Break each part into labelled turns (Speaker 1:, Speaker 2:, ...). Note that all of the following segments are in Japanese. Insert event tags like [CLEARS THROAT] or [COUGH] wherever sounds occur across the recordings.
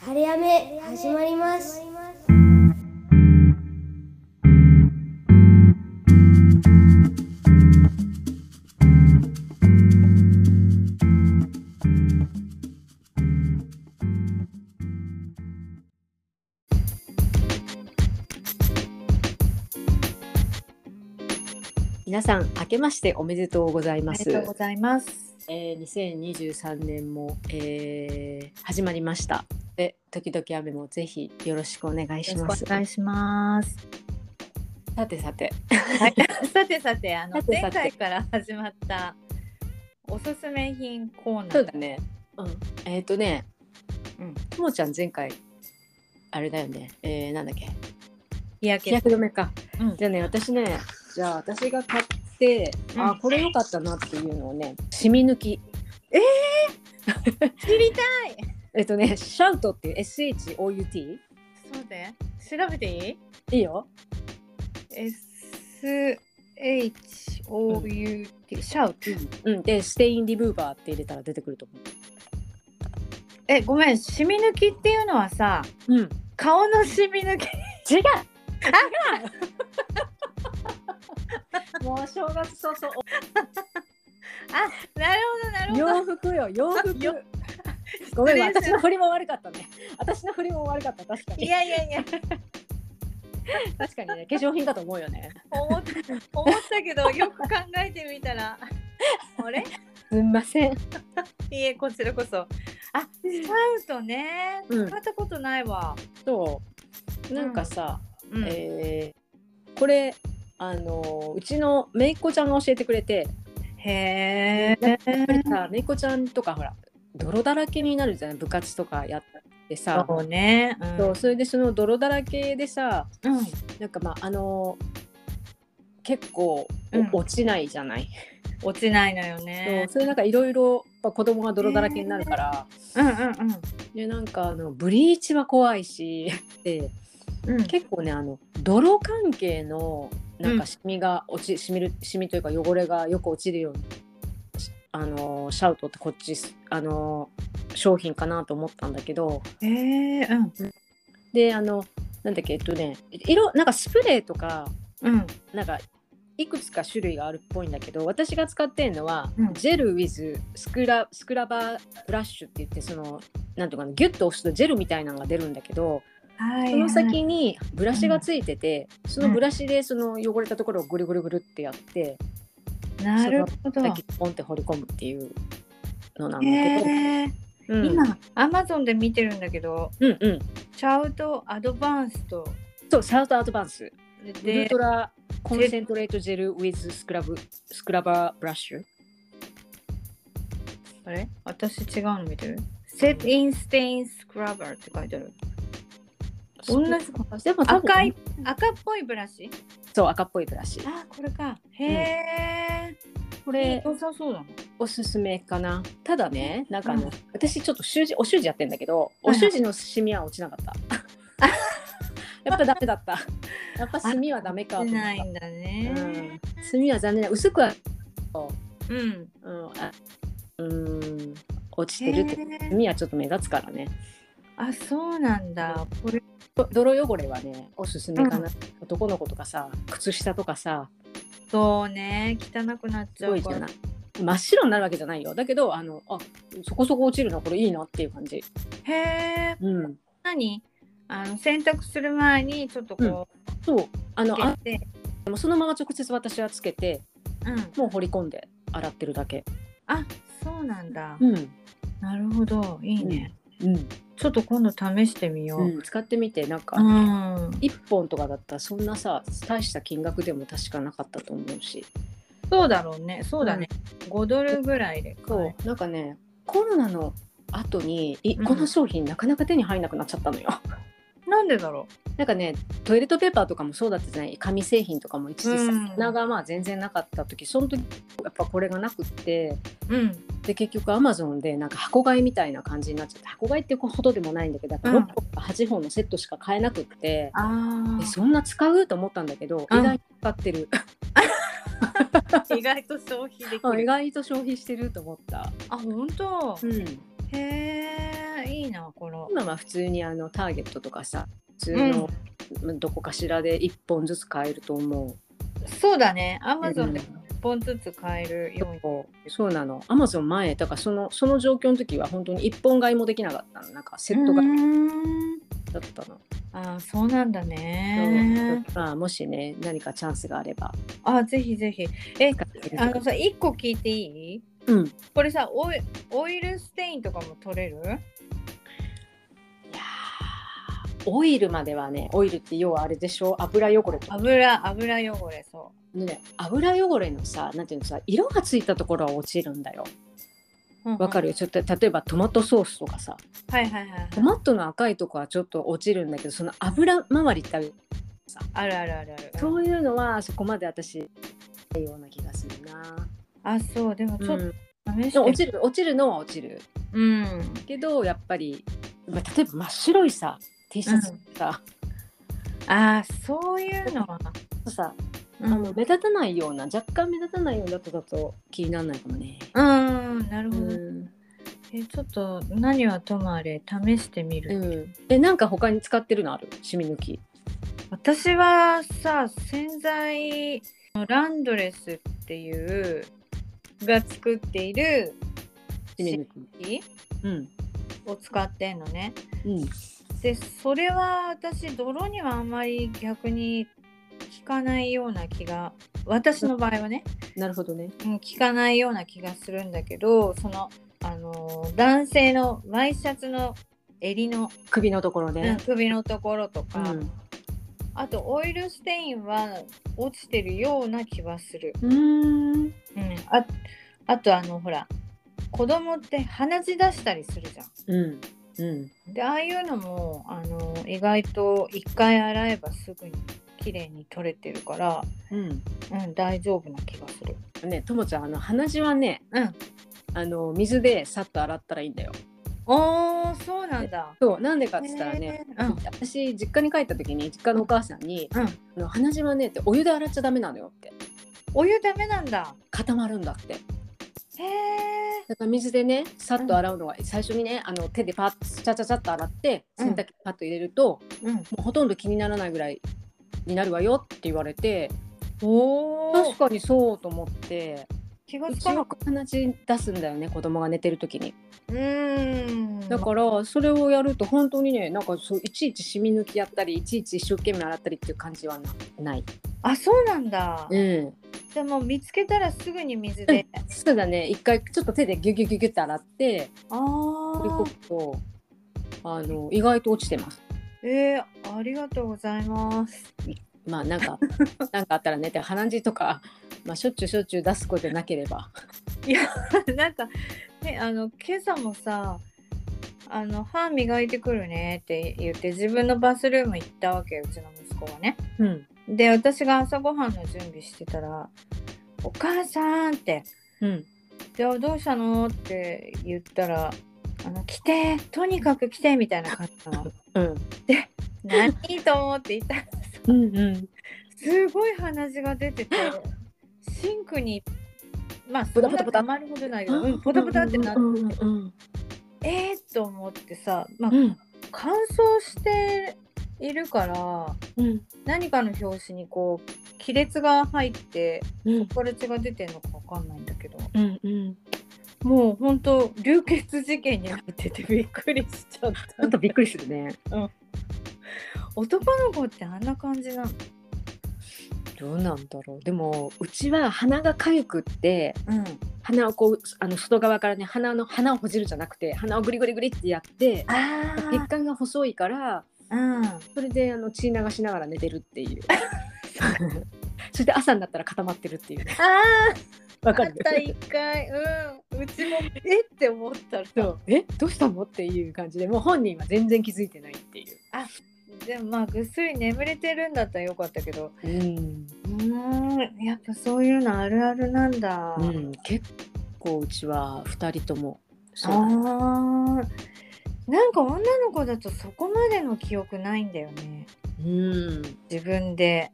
Speaker 1: 晴れやめ始まります。
Speaker 2: 皆さん明けましておめでとうございま
Speaker 3: あり
Speaker 2: す。
Speaker 3: がとうございます。
Speaker 2: えー、2023年も、えー始まりました。で時々雨もぜひよろしくお願いし
Speaker 3: よろ
Speaker 2: ま
Speaker 3: し
Speaker 2: す
Speaker 3: くお。願いします。
Speaker 2: さてさて、
Speaker 3: はい、 [LAUGHS] さてさて、あの
Speaker 2: さてさ
Speaker 3: 前
Speaker 2: て
Speaker 3: 回から始まったおすすめ品コーナー。
Speaker 2: そうだ。ね。うん、えっ、とね、
Speaker 3: うん、
Speaker 2: ともちゃん前回あれだよね。えー、なんだっけ
Speaker 3: 日焼
Speaker 2: 日
Speaker 3: け。
Speaker 2: 焼け止めか。
Speaker 3: うん
Speaker 2: じゃあね私ねじゃあ私が買って、
Speaker 3: うん
Speaker 2: あこれ良かったなっていうのをね染み抜き。
Speaker 3: 知りたい。
Speaker 2: えっ、とねシャウトっていう S H O U T
Speaker 3: そうで、調べていい
Speaker 2: いいよ。
Speaker 3: ？S H O U T シャウト。
Speaker 2: うん、でステインリブーバーって入れたら出てくると思
Speaker 3: え、ごめん、シミ抜きっていうのはさ、
Speaker 2: う。うん。
Speaker 3: 顔のシミ抜き。
Speaker 2: 違うあ [LAUGHS] もう正月そう
Speaker 3: [LAUGHS]
Speaker 2: そう
Speaker 3: なるほどなるほど。
Speaker 2: 洋服よ洋服
Speaker 3: よ
Speaker 2: [LAUGHS] ごめん
Speaker 3: 失礼
Speaker 2: 私
Speaker 3: し
Speaker 2: の振りも悪かったね私の振りも悪かった確か
Speaker 3: い
Speaker 2: に
Speaker 3: やいやいや、
Speaker 2: 確かにね化粧品かと思うよね
Speaker 3: 思った思ったけどよく考えてみたら、あれ？
Speaker 2: すんません
Speaker 3: いいえ、こちらこそ。あ、スカウトね。
Speaker 2: う
Speaker 3: 使
Speaker 2: ん
Speaker 3: ったことないわ。
Speaker 2: そうなんかさ、
Speaker 3: うん
Speaker 2: えーこれあのうちのめいっ子ちゃんが教えてくれて
Speaker 3: へ
Speaker 2: やっ
Speaker 3: え。
Speaker 2: ぱりさめいっ子ちゃんとかほら泥だらけになるじゃない部活とかやってさ
Speaker 3: そうね。うん
Speaker 2: そうそれでその泥だらけでさ
Speaker 3: うん。
Speaker 2: なんかまああの結構、お
Speaker 3: うん
Speaker 2: 落ちないじゃない。
Speaker 3: 落ちないのよ
Speaker 2: そう
Speaker 3: ね。
Speaker 2: それなんかいろいろやっぱ子供が泥だらけになるから、
Speaker 3: うんうん
Speaker 2: でなんかあのブリーチは怖いしで
Speaker 3: うん。うん。
Speaker 2: 結構ねあの泥関係のなん
Speaker 3: う
Speaker 2: か
Speaker 3: ん
Speaker 2: シミが落ち、シミるシミというか汚れがよく落ちるようにしあのシャウトってこっちあの商品かなと思ったんだけど
Speaker 3: へえ。うん
Speaker 2: であのなんだっけえっとね色なんかスプレーとか
Speaker 3: うん。
Speaker 2: なんかいくつか種類があるっぽいんだけど私が使ってるのは、
Speaker 3: うん
Speaker 2: ジェル with スクラスクラバーブラッシュって言ってそのなんとかなギュッと押すとジェルみたいなのが出るんだけど、
Speaker 3: はい。
Speaker 2: その先にブラシがついてて、そのブラシでその汚れたところをぐるぐるぐるってやって、
Speaker 3: なるほど。
Speaker 2: 先にポンって掘り込むっていうのなん
Speaker 3: へ
Speaker 2: だけ
Speaker 3: え。
Speaker 2: ど、うん、
Speaker 3: 今アマゾンで見てるんだけど、
Speaker 2: うんうん
Speaker 3: シャウトアドバンスと
Speaker 2: そうサウトアドバンスウル
Speaker 3: で
Speaker 2: トラコンセントレートジェル with スクラブスクラバーブラッシュ
Speaker 3: あれ？私違うの見てる。セットインステインスクラバーって書いてある。同じか。
Speaker 2: でも多分
Speaker 3: 赤い赤っぽいブラシ
Speaker 2: そう赤っぽいブラシ
Speaker 3: あこれかへえ、
Speaker 2: こ
Speaker 3: これ
Speaker 2: れ
Speaker 3: 良さそうだね
Speaker 2: おすすめかなただねなんかあの、
Speaker 3: うん
Speaker 2: 私ちょっと習字お習字やってんだけど
Speaker 3: はいは
Speaker 2: お
Speaker 3: い
Speaker 2: 習字のシミは落ちなかった [LAUGHS] やっぱダメだったやっぱシミはダメかと思っ
Speaker 3: ない
Speaker 2: た
Speaker 3: んだ
Speaker 2: う
Speaker 3: ね
Speaker 2: んシミは残念な薄くは、
Speaker 3: うん、
Speaker 2: うんあうん、落ち
Speaker 3: へ
Speaker 2: てるってシ
Speaker 3: え
Speaker 2: ミはちょっと目立つからね
Speaker 3: あそうなんだこれ
Speaker 2: ど泥汚れはねおすすめかな、男の子とかさ靴下とかさ
Speaker 3: そうね汚くなっち
Speaker 2: す
Speaker 3: ゃ
Speaker 2: ご
Speaker 3: う
Speaker 2: いじ
Speaker 3: か
Speaker 2: ゃな
Speaker 3: ら
Speaker 2: い真っ白になるわけじゃないよだけどあのあそこそこ落ちるなこれいいなっていう感じ
Speaker 3: へえ
Speaker 2: うん
Speaker 3: 何あの洗濯する前にちょっとこ
Speaker 2: そうあ
Speaker 3: う
Speaker 2: のあ
Speaker 3: つけて
Speaker 2: でもそのまま直接私はつけて
Speaker 3: うん
Speaker 2: もう掘り込んで洗ってるだけ
Speaker 3: あそうなんだ
Speaker 2: うん
Speaker 3: なるほどいいね
Speaker 2: うん、
Speaker 3: ちょっと今度試してみよううん
Speaker 2: 使ってみてなんか、
Speaker 3: うん
Speaker 2: 1本とかだったらそんなさ大した金額でも確かなかったと思うし
Speaker 3: そうだろうねそうだね5ドルぐらいで買え
Speaker 2: そうなんかねコロナの後にい
Speaker 3: うん
Speaker 2: この商品なかなか手に入らなくなっちゃったのよ、 [LAUGHS]
Speaker 3: なんでだろう
Speaker 2: なんかねトイレットペーパーとかもそうだったじゃない紙製品とかも一時
Speaker 3: う
Speaker 2: さ
Speaker 3: ん
Speaker 2: 棚がまあ全然なかった時その時やっぱこれがなくって
Speaker 3: うん、
Speaker 2: で結局アマゾンでなんか箱買いみたいな感じになっちゃって箱買いってほどでもないんだけどやっぱ
Speaker 3: うん
Speaker 2: 6本か8本のセットしか買えなくって、
Speaker 3: あ
Speaker 2: えそんな使うと思ったんだけど、
Speaker 3: うん
Speaker 2: 意外に使って
Speaker 3: [LAUGHS]
Speaker 2: る、
Speaker 3: あ意外と消費でき
Speaker 2: 意
Speaker 3: る。
Speaker 2: 外と消費してると思った、
Speaker 3: あ本当。
Speaker 2: ん、
Speaker 3: へえ。あいいなこの
Speaker 2: 今は普通にあのターゲットとかさ普通の、どこかしらで1本ずつ買えると思
Speaker 3: そうだねア
Speaker 2: う。
Speaker 3: マゾンで
Speaker 2: う
Speaker 3: 1
Speaker 2: ん
Speaker 3: 本ずつ買えるように
Speaker 2: そうそうなの。アマゾン前だからそのその状況の時は本当に一本買いもできなかったの。なんかセット買いう
Speaker 3: ーん
Speaker 2: だったの。
Speaker 3: あーそうなんだ
Speaker 2: そう
Speaker 3: ね
Speaker 2: まあもしね何かチャンスがあれば。
Speaker 3: あーぜひぜひえ
Speaker 2: 使ってみて
Speaker 3: あのさ1個聞いていい
Speaker 2: うん。い
Speaker 3: これさオイオイルステインとかも取れる
Speaker 2: やーオイルまではねオイルって要はあれでしょ油汚れとか、
Speaker 3: 油油汚れそ
Speaker 2: ね、油汚れのさなんていうのさ色がついたところは落ちるんだよ
Speaker 3: ううん
Speaker 2: わかるちょっと例えばトマトソースとかさ
Speaker 3: はいはいはいはい
Speaker 2: トマトの赤いとこはちょっと落ちるんだけどその油周りってある
Speaker 3: あるあるあるある
Speaker 2: そういうのはそこまで私ないような気がするな、
Speaker 3: あそうでもちょっと
Speaker 2: うん
Speaker 3: 試し
Speaker 2: で
Speaker 3: て、
Speaker 2: も落ちる落ちるのは落ちる
Speaker 3: うん
Speaker 2: けどやっぱり、まあ、例えば真っ白いさ T シャツさ,、
Speaker 3: あーそういうのは、
Speaker 2: さ
Speaker 3: う
Speaker 2: あ
Speaker 3: ん、
Speaker 2: の目立たないような若干目立たないようなとだと気にならないかもね。
Speaker 3: うんなる
Speaker 2: う
Speaker 3: ほど、
Speaker 2: ん
Speaker 3: えちょっと何はともあれ試してみる、
Speaker 2: うん、えなんか他に使ってるのあるシミ抜き。
Speaker 3: 私はさ洗剤のランドレスっていうが作っている
Speaker 2: シミ抜き。
Speaker 3: 液
Speaker 2: うん。
Speaker 3: を使ってんのね
Speaker 2: うん、
Speaker 3: でそれは私泥にはあんまり逆に効かないような気が私の場合はね
Speaker 2: なるほどね。
Speaker 3: うん、聞かないような気がするんだけどその、あのー男性のワイシャツの襟の、
Speaker 2: 首のところ
Speaker 3: うん
Speaker 2: ね。
Speaker 3: 首のところとか、
Speaker 2: うん
Speaker 3: あとオイルステインは落ちてるような気はする、
Speaker 2: うん。
Speaker 3: うん、ああとあのほら子供って鼻血出したりするじゃ
Speaker 2: うん。うん。
Speaker 3: んでああいうのも、あのー意外と1回洗えばすぐに綺麗に取れてるから、
Speaker 2: うん。
Speaker 3: うん、大丈夫な気がする
Speaker 2: ねともちゃんあの鼻血はね
Speaker 3: うん
Speaker 2: あの水でさっと洗ったらいいんだよ。
Speaker 3: おーそうなんだ
Speaker 2: そうなんでかっつったらね、
Speaker 3: へーうん
Speaker 2: 私実家に帰った時に実家のお母さんに
Speaker 3: うん
Speaker 2: 「あの鼻血はね」って「お湯で洗っちゃダメなのよ」って
Speaker 3: お湯ダメなんだ
Speaker 2: 固まるんだって。
Speaker 3: へえ。
Speaker 2: だから水でねさっと洗うのが、最初にねあの手でパッチャチャチャっと洗って
Speaker 3: うん
Speaker 2: 洗濯機パッと入れると、
Speaker 3: うん。
Speaker 2: もうほとんど気にならないぐらいになるわよって言われて
Speaker 3: おお
Speaker 2: 確。かにそうと思って
Speaker 3: 気が
Speaker 2: う
Speaker 3: つ
Speaker 2: ち
Speaker 3: かな
Speaker 2: は
Speaker 3: かっ
Speaker 2: 鼻血出すんだよね子供が寝てる時に
Speaker 3: た。うーん。
Speaker 2: だからそれをやると本当にねなんかそういちいち染み抜きやったりいちいち一生懸命洗ったりっていう感じはなない、
Speaker 3: あ、そうなんだ。
Speaker 2: うん、
Speaker 3: でも見つけたらすぐに水で。
Speaker 2: そうだね一回ちょっと手でギュギュギュギュって洗って
Speaker 3: あ
Speaker 2: 取り込
Speaker 3: あ
Speaker 2: む。とあの意外と落ちてます
Speaker 3: えー、ありがとうございます。 [LAUGHS]
Speaker 2: まあなん [LAUGHS] かなんかあったらねって鼻血とか、まあ、しょっちゅうしょっちゅう出すことなければ。
Speaker 3: いや、なんか、ね、あの、今朝もさ。あの歯磨いてくるねって言って自分のバスルーム行ったわけうちの息子がね
Speaker 2: うん
Speaker 3: で私が朝ごはんの準備してたら「お母さん」って
Speaker 2: うん、
Speaker 3: じゃあどうしたのって言ったら「あの来てとにかく来て」みたいな感じなの
Speaker 2: うん、
Speaker 3: 何と思っていたら
Speaker 2: うん、うん、
Speaker 3: すごい鼻血が出ててシンクにまあ
Speaker 2: ポ
Speaker 3: そん
Speaker 2: タポタ
Speaker 3: な
Speaker 2: ポタ
Speaker 3: たまるほどないけど、うん、ポタポタってなって、
Speaker 2: うん、うん、
Speaker 3: えー、と思ってさ、まあ
Speaker 2: う、ん、
Speaker 3: 乾燥しているから
Speaker 2: うん、
Speaker 3: 何かの拍子にこう亀裂が入って
Speaker 2: うん、
Speaker 3: これ血が出てるのか分かんないんだけど
Speaker 2: うん、うん、
Speaker 3: もうほんと流血事件になっててびっくりしちゃった。
Speaker 2: ちょっとびっくりするね。
Speaker 3: 男の子ってあんな感じなの
Speaker 2: どうなんだろう。でも、うちは鼻が痒くって、
Speaker 3: うん
Speaker 2: 鼻をこう、あの外側からね、鼻の鼻をほじるじゃなくて、鼻をグリグリグリってやって。
Speaker 3: あ
Speaker 2: 血管が細いから、
Speaker 3: うん
Speaker 2: それであの血流しながら寝てるって [LAUGHS] いう。そして朝になったら固まってるっていう。
Speaker 3: あ
Speaker 2: わ
Speaker 3: あ
Speaker 2: か
Speaker 3: っ
Speaker 2: る。
Speaker 3: た一回うんうちもえって思ったら
Speaker 2: そうえどうしたのっていう感じでもう本人は全然気づいてないっていう。
Speaker 3: でもまあぐっすり眠れてるんだったらよかったけど
Speaker 2: うん
Speaker 3: うーんやっぱそういうのあるあるなんだ、
Speaker 2: 結構うちは2人とも
Speaker 3: あーなんか女の子だとそこまでの記憶ないんだよね
Speaker 2: うん
Speaker 3: 自分で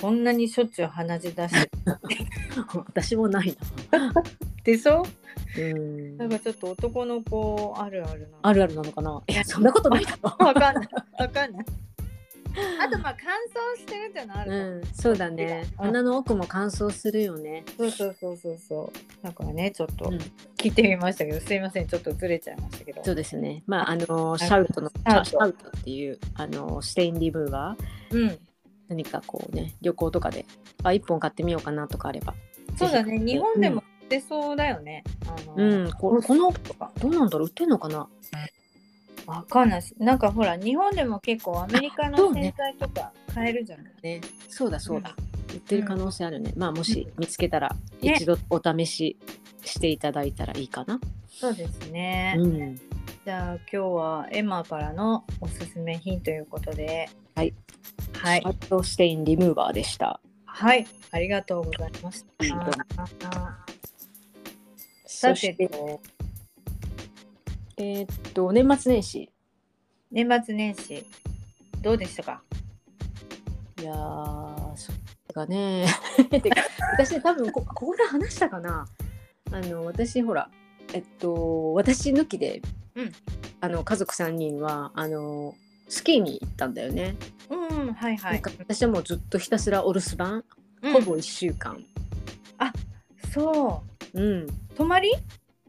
Speaker 3: こんなにしょっちゅう鼻血出して
Speaker 2: 私もないな。
Speaker 3: でしょ
Speaker 2: うん
Speaker 3: なんかちょっと男の子あるあるな。
Speaker 2: あるあるなのかないやそんなことないだろ
Speaker 3: わかんない。わかんない。あとまあ乾燥してるっていうのある
Speaker 2: う
Speaker 3: かも、
Speaker 2: ん、そうだね。
Speaker 3: うん
Speaker 2: 穴の奥も乾燥するよね。
Speaker 3: そうそうそうそうそう。だからねちょっと
Speaker 2: うん
Speaker 3: 聞いてみましたけど、すいませんちょっとずれちゃいましたけど。
Speaker 2: そうですね。まあ、あの、シャウトの、シ
Speaker 3: シャウ
Speaker 2: ャ
Speaker 3: ト
Speaker 2: シャウトっていう、あの、ステインリブーは、
Speaker 3: うん。
Speaker 2: 何かこうね、旅行とかで、あ、一本買ってみようかなとかあれば。
Speaker 3: そうだね。
Speaker 2: ぜひ
Speaker 3: 日本でも。売ってそうだよね。あの
Speaker 2: うん、うんここの、
Speaker 3: とか
Speaker 2: どうなんだろう、売ってんのかな。
Speaker 3: わかんないし。なんかほら日本でも結構アメリカの
Speaker 2: そう
Speaker 3: 洗
Speaker 2: ね
Speaker 3: 剤とか買えるじゃない。
Speaker 2: ね、そうだ、そうだ。売ってる可能性あるね。まあ、もし見つけたら、
Speaker 3: ね
Speaker 2: 一度お試ししていただいたらいいかな。
Speaker 3: そうですね。
Speaker 2: うん、
Speaker 3: じゃあ今日はエマからのおすすめ品ということで。
Speaker 2: はい。
Speaker 3: はい
Speaker 2: シャ。ウトステインリムーバーでした。
Speaker 3: はい。ありがとうございました。さ
Speaker 2: そしてて、えーっと、年末年始。
Speaker 3: 年末年始どうでしたか
Speaker 2: いやー、そっか
Speaker 3: [LAUGHS]
Speaker 2: ね。てか私、多分こここで話したかな。あの、私、ほら、えっと、私抜きで、
Speaker 3: うん
Speaker 2: あの家族3人は、あの、スキーに行ったんだよね。
Speaker 3: うんはいは
Speaker 2: なんか私はもうずっとひたすらお留守番、
Speaker 3: うん
Speaker 2: ほぼ1週間。
Speaker 3: そ
Speaker 2: うん。
Speaker 3: う泊まり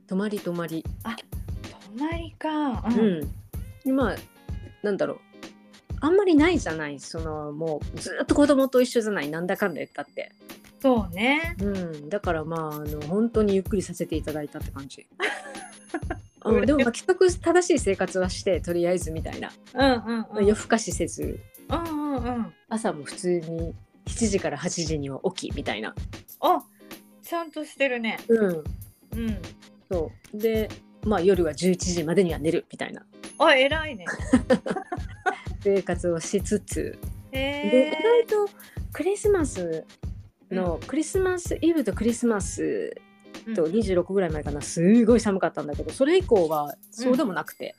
Speaker 2: 泊まり泊まり。
Speaker 3: 泊まりか
Speaker 2: うん。でまあ、なんだろう。あんまりないじゃない、その、もうずっと子供と一緒じゃない、なんだかんだ言ったって。
Speaker 3: そうね
Speaker 2: うん、だからまああの本当にゆっくりさせていただいたって感
Speaker 3: [LAUGHS]
Speaker 2: じ。うん、でもまあ規則正しい生活はしてとりあえずみたいな、
Speaker 3: うんうんうん
Speaker 2: 夜更かしせず
Speaker 3: うんうんうん
Speaker 2: 朝も普通に7時から8時には起きみたいな。
Speaker 3: あちゃんとしてるね
Speaker 2: うん、
Speaker 3: うん
Speaker 2: そうで、まあ、夜は11時までには寝るみたいな
Speaker 3: あ
Speaker 2: [LAUGHS]
Speaker 3: 偉いね
Speaker 2: 生活をしつつで
Speaker 3: へ
Speaker 2: 意外とクリスマスの、クリスマスイブとクリスマス
Speaker 3: え
Speaker 2: と26ぐらい前かなすごい寒かったんだけどそれ以降はそうでもなくて。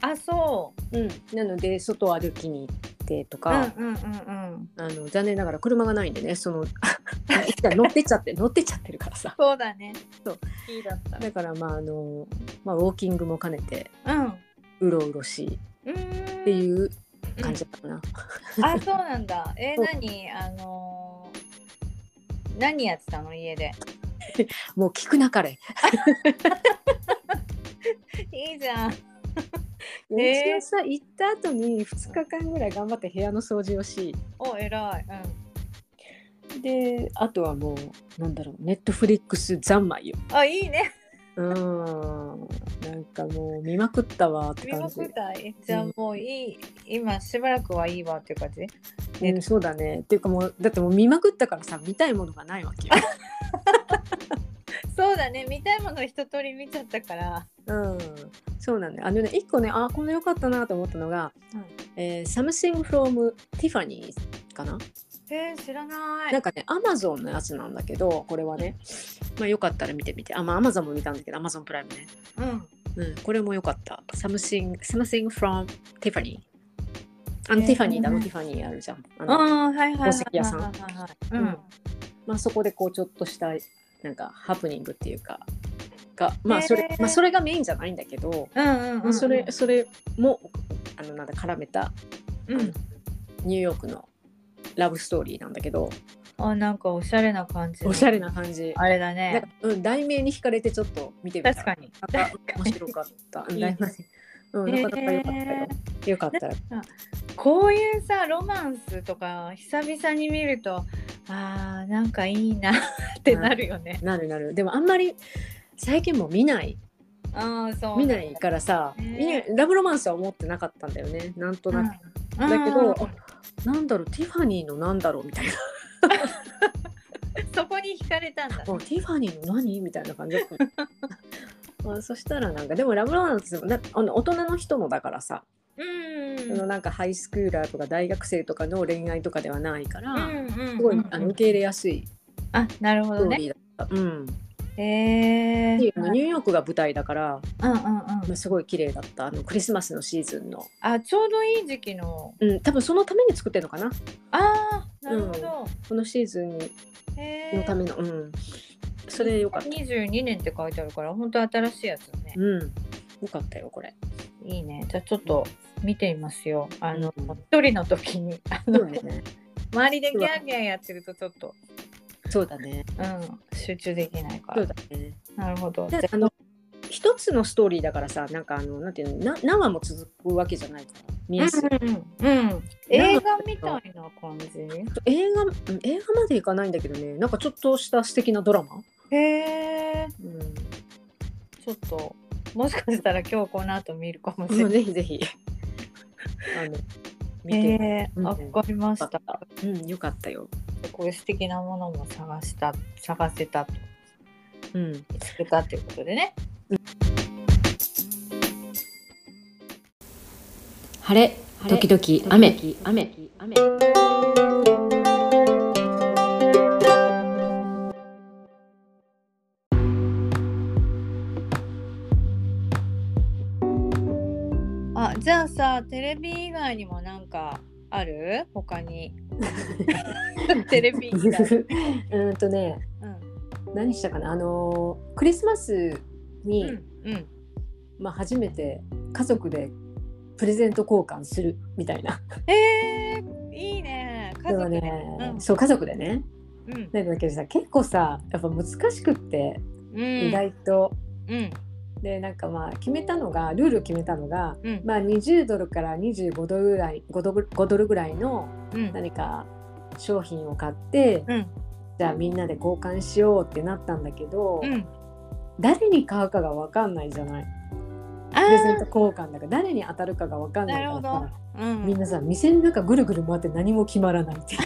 Speaker 3: あそう
Speaker 2: うん、なので外を歩きに行ってと
Speaker 3: うん
Speaker 2: か、
Speaker 3: うんうんうん
Speaker 2: あの残念ながら車がないんでねその [LAUGHS] 乗ってっちゃって乗ってっちゃってるからさ
Speaker 3: そうだね
Speaker 2: そう
Speaker 3: いいだった
Speaker 2: だからまああの、まあ、ウォーキングも兼ねて
Speaker 3: うん
Speaker 2: うろうろしいっ
Speaker 3: うーん
Speaker 2: ていう感じだったかな、
Speaker 3: あそうなんだ
Speaker 2: [LAUGHS]
Speaker 3: えー、
Speaker 2: そう
Speaker 3: 何あのー、何やってたの家で [LAUGHS]
Speaker 2: もう聞くなかれ
Speaker 3: いいじゃん
Speaker 2: うちのさ行った後に2日間ぐらい頑張って部屋の掃除をし
Speaker 3: お偉いうん
Speaker 2: であとはもうなんだろうネットフリックス三昧よ
Speaker 3: あいいね。
Speaker 2: うんなんかもう見まくったわって
Speaker 3: 見
Speaker 2: 感
Speaker 3: ま
Speaker 2: じ
Speaker 3: くった。えじゃあもういい、今しばらくはいいわっていう感じ。ね
Speaker 2: うん、そうだね。っていうかもうだってもう見まくったからさ見たいものがないわけよ。
Speaker 3: そうだね。見たいもの一通り見ちゃったから。
Speaker 2: うん、そうなんだよ。あのね一個ねあこの良かったなと思ったのが、
Speaker 3: うん
Speaker 2: えー Something from Tiffany かな、
Speaker 3: えー、知らない。
Speaker 2: なんかね Amazon のやつなんだけどこれはね、まあ、よかったら見てみてあまあ Amazon も見たんだけど Amazon プライムね、
Speaker 3: うん。
Speaker 2: うん、これも良かった Something, Something from Tiffany あの、
Speaker 3: えー
Speaker 2: ティファニーだの、
Speaker 3: うん
Speaker 2: ティファニーあるじゃんあの、
Speaker 3: ああーはいはいはいはいはいはい。
Speaker 2: 宝石屋さん
Speaker 3: う
Speaker 2: うんん。まあ、そこでこうちょっとしたなんかハプニングっていうかが、まあそれ
Speaker 3: へー
Speaker 2: まあ、それがメインじゃないんだけど、
Speaker 3: うんうんうんう
Speaker 2: ま
Speaker 3: ん。
Speaker 2: あ、それそれもあのなんだ絡めた
Speaker 3: うん。
Speaker 2: ニューヨークのラブストーリーなんだけど
Speaker 3: あなんかおしゃれな感じ。
Speaker 2: おしゃれ。な感じ、
Speaker 3: あれだ
Speaker 2: なん
Speaker 3: ね
Speaker 2: か。うん、題名に惹かれてちょっと見てみた
Speaker 3: [LAUGHS] 確かに。
Speaker 2: なんか面白かった
Speaker 3: [LAUGHS] いい
Speaker 2: 題名うん、なかなか良かったよ、よかったら
Speaker 3: こういうさロマンスとか久々に見るとあーなんかいいなってなるよね。
Speaker 2: なるなるでもあんまり最近もう見ない
Speaker 3: ああそう。
Speaker 2: 見ないからさ、
Speaker 3: ね
Speaker 2: 見ないラブロマンスは思ってなかったんだよねなんと
Speaker 3: う。
Speaker 2: なんく、だけどあなんだろうティファニーのなんだろうみたいな
Speaker 3: うんそこに惹かれたんだ。
Speaker 2: あティファニーの何みたいな感じだった [LAUGHS] のあそしたらなんかでもラブロマンスもなあの大人の人のだからさ、
Speaker 3: うん
Speaker 2: そのなんかハイスクーラーとか大学生とかの恋愛とかではないから、
Speaker 3: す
Speaker 2: すごいあの受け入れやすい
Speaker 3: あなるほ
Speaker 2: ストー
Speaker 3: どね。
Speaker 2: リーだった。うん
Speaker 3: え
Speaker 2: ってい
Speaker 3: ー
Speaker 2: う、のニューヨークが舞台だから、
Speaker 3: うんうんう
Speaker 2: ま
Speaker 3: ん
Speaker 2: あ、すごい綺麗だったあのクリスマスのシーズンの、
Speaker 3: あちょうどいい時期の
Speaker 2: うん、多分そのために作ってるのかな
Speaker 3: あーなるほど、
Speaker 2: このシーズンに
Speaker 3: え
Speaker 2: のた
Speaker 3: ー、
Speaker 2: めの、うん、それよかった。
Speaker 3: 22年って書いてあるから本当新しいやつだね、
Speaker 2: うん。よかったよ、これ。
Speaker 3: いいねじゃあちょっと見てみますよあの
Speaker 2: うん
Speaker 3: 一人の時にあの
Speaker 2: そうだね。
Speaker 3: 周りでギャーギャーやってるとちょっと、
Speaker 2: そうだね。
Speaker 3: うん、集中できないか
Speaker 2: そう
Speaker 3: ら
Speaker 2: だね。
Speaker 3: なるほど
Speaker 2: で
Speaker 3: じゃ
Speaker 2: あの一つのストーリーだからさ、なんかあの、なんていうの、な何話も続くわけじゃないから、見やすい。
Speaker 3: うんうんうん、映画みたいな感じ
Speaker 2: 映画、うん映画までいかないんだけどね、なんかちょっとした素敵なドラマ。
Speaker 3: へえ
Speaker 2: うん。
Speaker 3: ちょっともしかしたら今日この後見るかもし
Speaker 2: も
Speaker 3: れ
Speaker 2: う
Speaker 3: な
Speaker 2: ぜ
Speaker 3: い。
Speaker 2: ひぜ [LAUGHS] ひ。あの、見て。
Speaker 3: えー、あ
Speaker 2: うん
Speaker 3: わかりました。
Speaker 2: うん、よかったよ。
Speaker 3: こういう素敵なものも探した探せたと
Speaker 2: うん。
Speaker 3: 見つけたということでね。
Speaker 2: 晴れ、
Speaker 1: 時
Speaker 2: 々雨、雨、雨。
Speaker 3: あじゃあさテレビ以外にもなんかある他 [LAUGHS] にテレビ以外。
Speaker 2: [LAUGHS] うんとね、
Speaker 3: うん
Speaker 2: 何したかな、あのー、クリスマスに、
Speaker 3: うん
Speaker 2: まあ、初めて家族で。プレゼント交換するみたいな。
Speaker 3: うん。えー、いいね家
Speaker 2: でも
Speaker 3: 族で。
Speaker 2: ね、
Speaker 3: うん
Speaker 2: そう家族でね。
Speaker 3: うん
Speaker 2: なんだけどさ、結構さ、やっぱ難しくって、
Speaker 3: うん
Speaker 2: 意外と。
Speaker 3: うん
Speaker 2: でなんかまあ決めたのがルールを決めたのが、
Speaker 3: うん
Speaker 2: まあ、20ドルから25ドルぐらい5ドル5ドルぐらいの
Speaker 3: うん
Speaker 2: 何か商品を買って、
Speaker 3: うん
Speaker 2: じゃあみんなで交換しようってなったんだけど、
Speaker 3: うん。
Speaker 2: 誰に買うかが分かんないじゃない
Speaker 3: あ
Speaker 2: プレゼン
Speaker 3: ー
Speaker 2: ト交換だから誰に当たるかが分かんないから
Speaker 3: なる
Speaker 2: さ
Speaker 3: うん
Speaker 2: みんなさ店の中ぐるぐる回って何も決まらないっていう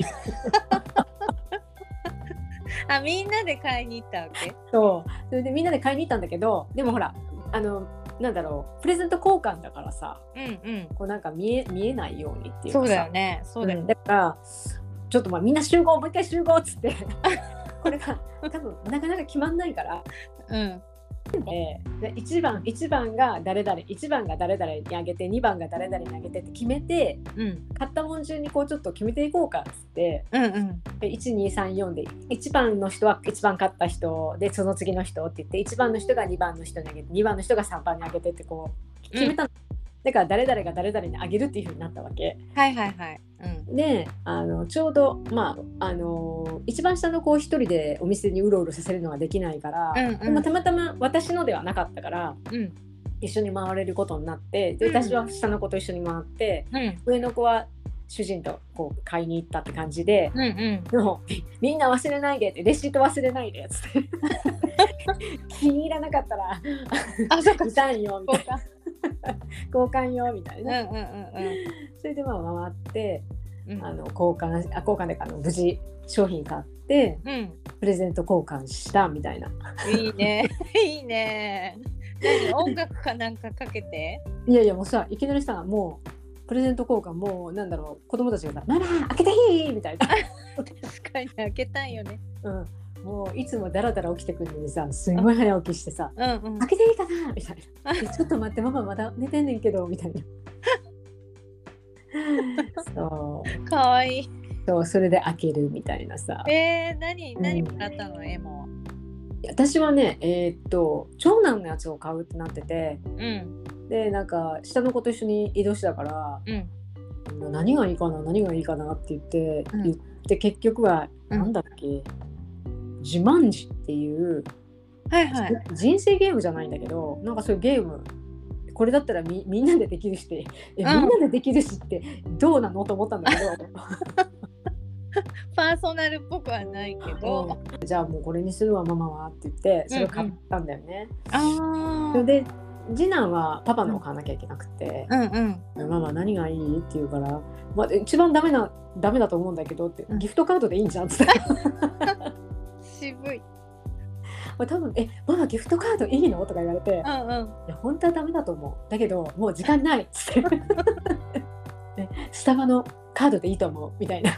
Speaker 3: あみんなで買いに行ったわけ。
Speaker 2: そうそれでみんなで買いに行ったんだけどでもほらあのなんだろうプレゼント交換だからさ
Speaker 3: うんうん。
Speaker 2: こうなんか見え見えないようにっていう
Speaker 3: そ
Speaker 2: か
Speaker 3: う
Speaker 2: さ
Speaker 3: だよね。そうだよ
Speaker 2: ん
Speaker 3: ね。
Speaker 2: からちょっとまあみんな集合もう一回集合っつって [LAUGHS] これが多分なかなか決まんないから
Speaker 3: うん。
Speaker 2: で1番1番が誰々1番が誰々にあげて2番が誰々にあげてって決めて
Speaker 3: うん。
Speaker 2: 買ったもん順にこうちょっと決めていこうかっつって
Speaker 3: うんうん。
Speaker 2: で1234で1番の人は一番買った人でその次の人って言って1番の人が2番の人にあげて2番の人が3番にあげてってこう決めたの、だから誰々が誰々にあげるっていうふうになったわけ。
Speaker 3: はいはいはい。うん。
Speaker 2: であのちょうど、まああの一番下の子を一人でお店にうろうろさせるのができないから、
Speaker 3: うんうん
Speaker 2: でもたまたま私のではなかったから
Speaker 3: うん。
Speaker 2: 一緒に回れることになってで
Speaker 3: うん
Speaker 2: 私は下の子と一緒に回って、
Speaker 3: うん。
Speaker 2: 上の子は主人とこう買いに行ったって感じで。
Speaker 3: うんうん。
Speaker 2: もう [LAUGHS] みんな忘れないでってレシート忘れないでっつって
Speaker 3: [LAUGHS]
Speaker 2: 気に入らなかったら
Speaker 3: あ、 [LAUGHS] そっか。
Speaker 2: いたんよみたいな交換よみたい
Speaker 3: うんう
Speaker 2: な、
Speaker 3: んうん
Speaker 2: それでまあ回って
Speaker 3: うん。うん
Speaker 2: あの交換あ交換であの無事商品買って
Speaker 3: うん。
Speaker 2: プレゼント交換したみたいない
Speaker 3: いね。いいね。何音楽かなんかかけて。
Speaker 2: いやいやもうさいきなりさもうプレゼント交換もうなんだろう子供たちがさ「ママ開けていい!」みたいな、
Speaker 3: [LAUGHS] 確かに開けたいよね。
Speaker 2: うん、もういつもダラダラ起きてくるのにさすんごい早起きしてさ
Speaker 3: うんう
Speaker 2: 「
Speaker 3: ん
Speaker 2: 開。けていいか
Speaker 3: [LAUGHS]
Speaker 2: な?」みたいなで「ちょっと待ってママまだ寝てんねんけど」みたいなそう
Speaker 3: 可愛い
Speaker 2: そうそれで開けるみたいなさ
Speaker 3: えー、何何もらったのエモは。
Speaker 2: 私はねえーっと長男のやつを買うってなってて
Speaker 3: うん
Speaker 2: でなんか下の子と一緒に移動してたから
Speaker 3: うん
Speaker 2: 何がいいかな何がいいかなって言って、
Speaker 3: うん
Speaker 2: 言って結局は
Speaker 3: うん
Speaker 2: なんだっけ、自慢ジっていう、
Speaker 3: はいはい。
Speaker 2: 人生ゲームじゃないんだけどなんかそういうゲームこれだったらみみんなでできるしってえ、
Speaker 3: うん
Speaker 2: みんなでできるしってどうなのと思ったんだけど
Speaker 3: パーソナルっぽくはないけ [LAUGHS] ど。
Speaker 2: うんじゃあもうこれにするわママはって言ってそれを買ったんだよね。
Speaker 3: あ
Speaker 2: それで次男はパパのを買わなきゃいけなくて、
Speaker 3: うんうん。
Speaker 2: ママ何がいいって言うから、まあ、一番ダメなダメだと思うんだけどって、
Speaker 3: うん
Speaker 2: ギフトカードでいいんじゃんって言ったら [LAUGHS]
Speaker 3: 渋い。
Speaker 2: まあ多分えママギフトカードいいのとか言われて、
Speaker 3: うんうん。
Speaker 2: いや本当はダメだと思うだけどもう時間ないっつって [LAUGHS] ねスタバのカードでいいと思うみたいな、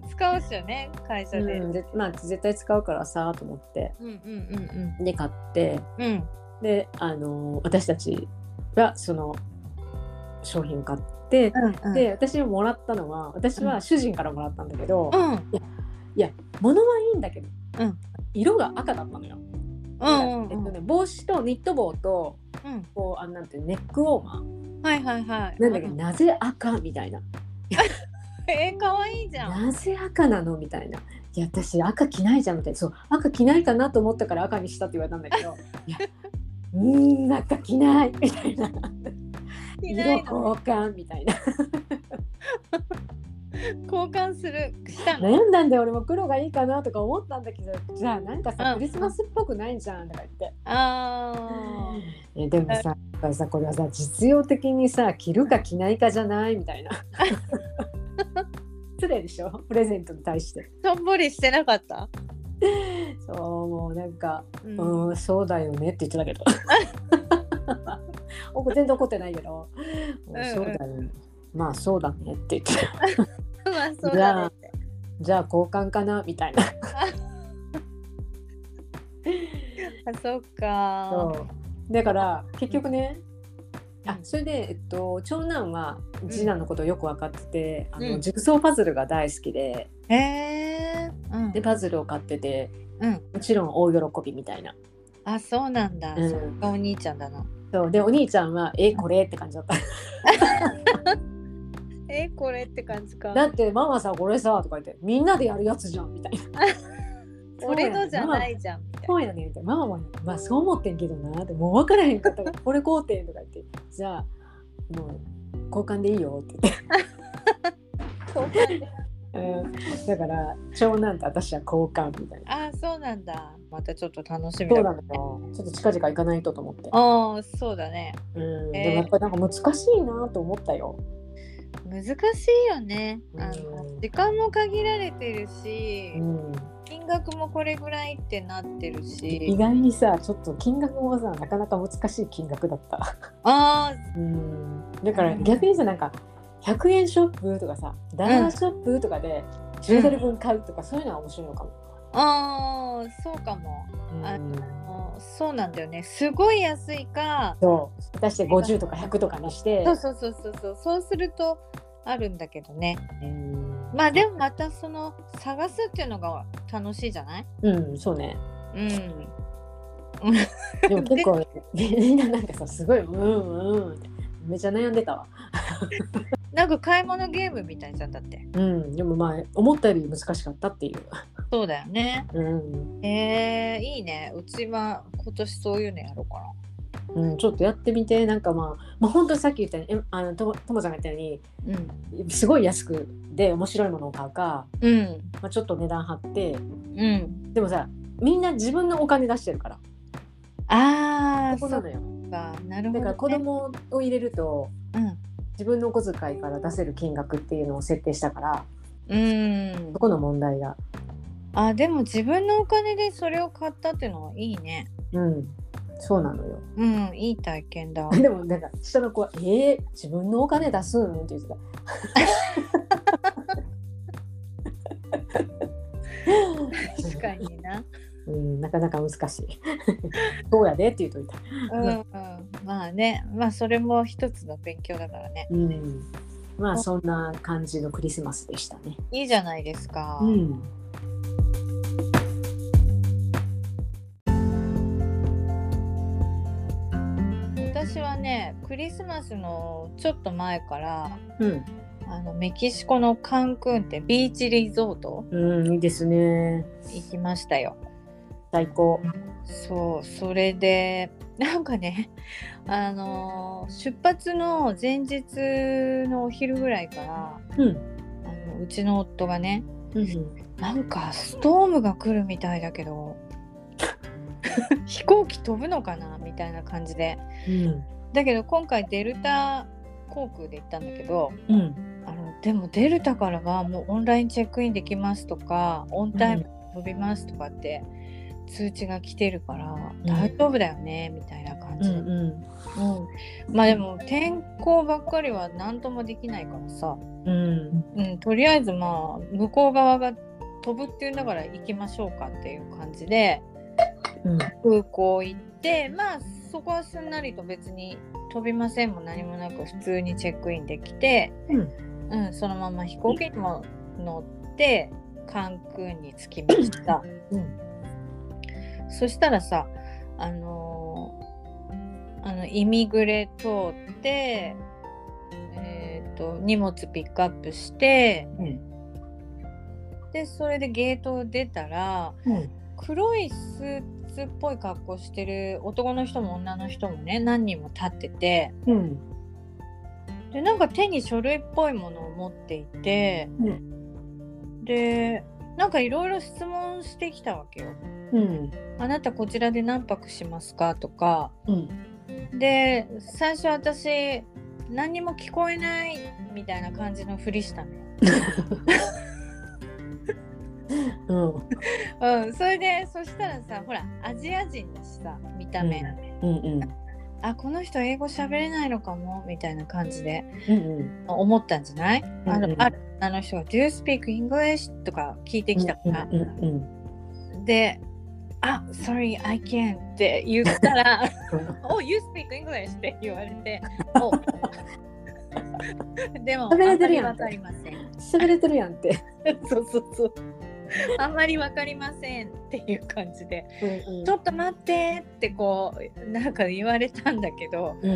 Speaker 3: うん使うしよね会社
Speaker 2: う
Speaker 3: で。
Speaker 2: ん、でまあ絶対使うからさと思って
Speaker 3: うんうん
Speaker 2: で買って
Speaker 3: うんうんうん
Speaker 2: であのー私たちはその商品を買って、
Speaker 3: うん
Speaker 2: で私もらったのは私は主人からもらったんだけど、
Speaker 3: うん
Speaker 2: 物はいいんだけど、
Speaker 3: うん
Speaker 2: 色が赤だったのよ。
Speaker 3: うんうん
Speaker 2: え
Speaker 3: う
Speaker 2: っ
Speaker 3: ん
Speaker 2: とね、帽子とニット帽と
Speaker 3: うん
Speaker 2: こうあのなんていうのネックウォーマー
Speaker 3: はいはいはい
Speaker 2: なんだけど、なぜ赤みたいな
Speaker 3: えー、かわいいじゃん
Speaker 2: なぜ赤なのみたいな。いや私赤着ないじゃんみたいなそう赤着ないかなと思ったから赤にしたって言われたんだけ
Speaker 3: [LAUGHS]
Speaker 2: どいやうーん赤着ないみたいな
Speaker 3: 着
Speaker 2: 色
Speaker 3: ない
Speaker 2: 交
Speaker 3: の
Speaker 2: 換みたいな
Speaker 3: 交換するしたの
Speaker 2: 悩んだんだよ俺も黒がいいかなとか思ったんだけどじゃあなんか
Speaker 3: う
Speaker 2: さ
Speaker 3: ん
Speaker 2: クリスマスっぽくないじゃんとか言って
Speaker 3: あー
Speaker 2: えでもさだからさこれはさ実用的にさ着るか着ないかじゃないみたい
Speaker 3: [LAUGHS]
Speaker 2: な失礼でしょプレゼントに対して
Speaker 3: しょんぼりしてなかった、
Speaker 2: そうもうなんか「
Speaker 3: うん
Speaker 2: うん、そうだよね」って言ってたけ
Speaker 3: [LAUGHS]
Speaker 2: どお全然怒ってないけど「
Speaker 3: うんうん
Speaker 2: そうだよねまあそうだね」って言ってた
Speaker 3: まあそうだねって
Speaker 2: じゃあ交換かなみたいな
Speaker 3: あそっか
Speaker 2: そうだから結局ね、
Speaker 3: うん
Speaker 2: あそれで、えっと、長男は次男のことをよく分かってて、あ
Speaker 3: うん
Speaker 2: のジグソーパズルが大好きで
Speaker 3: へえー、うん
Speaker 2: でパズルを買ってて
Speaker 3: うん
Speaker 2: もちろん大喜びみたいな。
Speaker 3: あそうなんだ、
Speaker 2: うん
Speaker 3: そっかお兄ちゃんだな
Speaker 2: そうでお兄ちゃんは「えこれ?」って感じだった
Speaker 3: [LAUGHS] えこれって感じか
Speaker 2: だってママさこれさとか言ってみんなでやるやつじゃんみたいな
Speaker 3: [LAUGHS]
Speaker 2: そうやね
Speaker 3: 俺のじゃ
Speaker 2: ママ
Speaker 3: ないじゃんみたい
Speaker 2: そうやねんってママも、まあ、そう思ってんけどなってもう分からへんかった
Speaker 3: [LAUGHS]
Speaker 2: からこれ買うてんとか言ってじゃあもう交換でいいよって言って、
Speaker 3: な
Speaker 2: [LAUGHS] うん、だから長男と私は交換みたいな
Speaker 3: あそうなんだまたちょっと楽しみ
Speaker 2: そう
Speaker 3: だ
Speaker 2: なのよ。ちょっと近々行かないとと思って。
Speaker 3: ああそうだね
Speaker 2: うん、
Speaker 3: えー
Speaker 2: でもやっぱなんか難しいなと思ったよ。
Speaker 3: 難しいよね
Speaker 2: う
Speaker 3: あの
Speaker 2: ん
Speaker 3: 時間も限られてるし
Speaker 2: うん、
Speaker 3: 金額もこれぐらいってなってる
Speaker 2: 意
Speaker 3: し
Speaker 2: 外にさ、ちょっと金額もさ、なかなか難しい金額だった。
Speaker 3: あ
Speaker 2: うん、だから逆にさ、なんか100円ショップとかさ、ダラーショップとかで10ドル分買うとか、そういうのは面白いのかも。
Speaker 3: ああーそうかもあ
Speaker 2: うん
Speaker 3: もうそうなんだよねすごい安いか
Speaker 2: そう、果たして50とか100とかにして。
Speaker 3: そうそうそうそうそうそうするとあるんだけどね
Speaker 2: うん
Speaker 3: まあでもまたその探すっていうのが楽しいじゃない
Speaker 2: うん、そうね。
Speaker 3: うん
Speaker 2: でも結構、みんななんかさ、すごい、うんうんって、めちゃ悩んでたわ。
Speaker 3: なんか買い物ゲームみたいじゃんだって
Speaker 2: うん、でもまあ思ったより難しかったっていう。
Speaker 3: そうだよね
Speaker 2: うん、
Speaker 3: えー、いいねうちは今年そういうのやろうか
Speaker 2: うん、ちょっとやってみてなんかまあ、まあ、本当にさっき言ったようにえあのともともちゃんが言ったよう
Speaker 3: なうん
Speaker 2: にすごい安くで面白いものを買うか、
Speaker 3: うん
Speaker 2: まあ、ちょっと値段張って
Speaker 3: うん
Speaker 2: でもさみんな自分のお金出してるから
Speaker 3: ああ
Speaker 2: ここ
Speaker 3: そ
Speaker 2: な
Speaker 3: っ
Speaker 2: のよ
Speaker 3: かなるほど、ね、
Speaker 2: だから子供を入れると自分のお小遣いから出せる金額っていうのを設定したから
Speaker 3: うん、うん
Speaker 2: そ、この問題が。
Speaker 3: あでも自分のお金でそれを買ったっていうのはいいね
Speaker 2: うんそうなのよ [LAUGHS]
Speaker 3: うんいい体験だ
Speaker 2: でもなんか下の子は「えー、自分のお金出すん?」って言ってた。
Speaker 3: 確かにな
Speaker 2: [LAUGHS] うん、なかなか難しい。 [LAUGHS] どうやでって言うといた。
Speaker 3: うん、うん、まあねまあそれも一つの勉強だからね
Speaker 2: うん。まあそんな感じのクリスマスでしたね。
Speaker 3: いいじゃないですか、
Speaker 2: ん。
Speaker 3: 私はねクリスマスのちょっと前から
Speaker 2: うん。
Speaker 3: あのメキシコのカンクンってビーチリゾート
Speaker 2: うん、いいですね。
Speaker 3: 行きましたよ
Speaker 2: 最高。
Speaker 3: そうそれでなんかねあのー出発の前日のお昼ぐらいから
Speaker 2: うん。
Speaker 3: あのうちの夫がね
Speaker 2: うん。
Speaker 3: なんかストームが来るみたいだけど飛行機飛ぶのかなみたいな感じでだけど今回デルタ航空で行ったんだけど
Speaker 2: うん。
Speaker 3: あのでもデルタからはもうオンラインチェックインできますとかオンタイムで飛びますとかって通知が来てるから、大丈夫だよねみたいな感
Speaker 2: うん。
Speaker 3: じで、
Speaker 2: う
Speaker 3: うんまあでも天候ばっかりは何ともできないからさ、
Speaker 2: ん。うん。
Speaker 3: うん、とりあえずまあ向こう側が飛ぶっていうんだから行きましょうかっていう感じで
Speaker 2: うん。
Speaker 3: 空港行ってまあそこはすんなりと別に飛びませんも何もなく普通にチェックインできて、
Speaker 2: うん
Speaker 3: うんそのまま飛行機にも乗って関空に着きました。
Speaker 2: うん
Speaker 3: そしたらさあのーあのイミグレ通って、えー、と荷物ピックアップして
Speaker 2: うん
Speaker 3: でそれでゲートを出たら
Speaker 2: うん
Speaker 3: 黒いスーツっぽい格好してる男の人も女の人もね何人も立ってて
Speaker 2: うん
Speaker 3: でなんか手に書類っぽいものを持っていて、
Speaker 2: う
Speaker 3: でなんかいろいろ質問してきたわけよ。
Speaker 2: うん
Speaker 3: あなたこちらで何泊しますかとか
Speaker 2: うん
Speaker 3: で最初私何にも聞こえないみたいな感じのふりしたのよ。
Speaker 2: うん
Speaker 3: うん、それでそしたらさほらアジア人だしさ見た目、
Speaker 2: うんうん
Speaker 3: あこの人英語喋れないのかもみたいな感じで
Speaker 2: うん
Speaker 3: 思ったんじゃない、あ
Speaker 2: うん
Speaker 3: の
Speaker 2: うん
Speaker 3: あるあの人が「Do you speak English?」とか聞いてきたから、
Speaker 2: うんうん
Speaker 3: で「あ sorry I can't」って言ったら
Speaker 2: [LAUGHS]
Speaker 3: 「Oh you speak English」って言われて「おでもあん
Speaker 2: 食べ
Speaker 3: ま
Speaker 2: れてる
Speaker 3: り
Speaker 2: やん
Speaker 3: わかりません
Speaker 2: 喋れてるやんって。
Speaker 3: そうそうそうあんまりわかりませんっていう感じで「ちょっと待って」ってこうなんか言われたんだけど
Speaker 2: うんう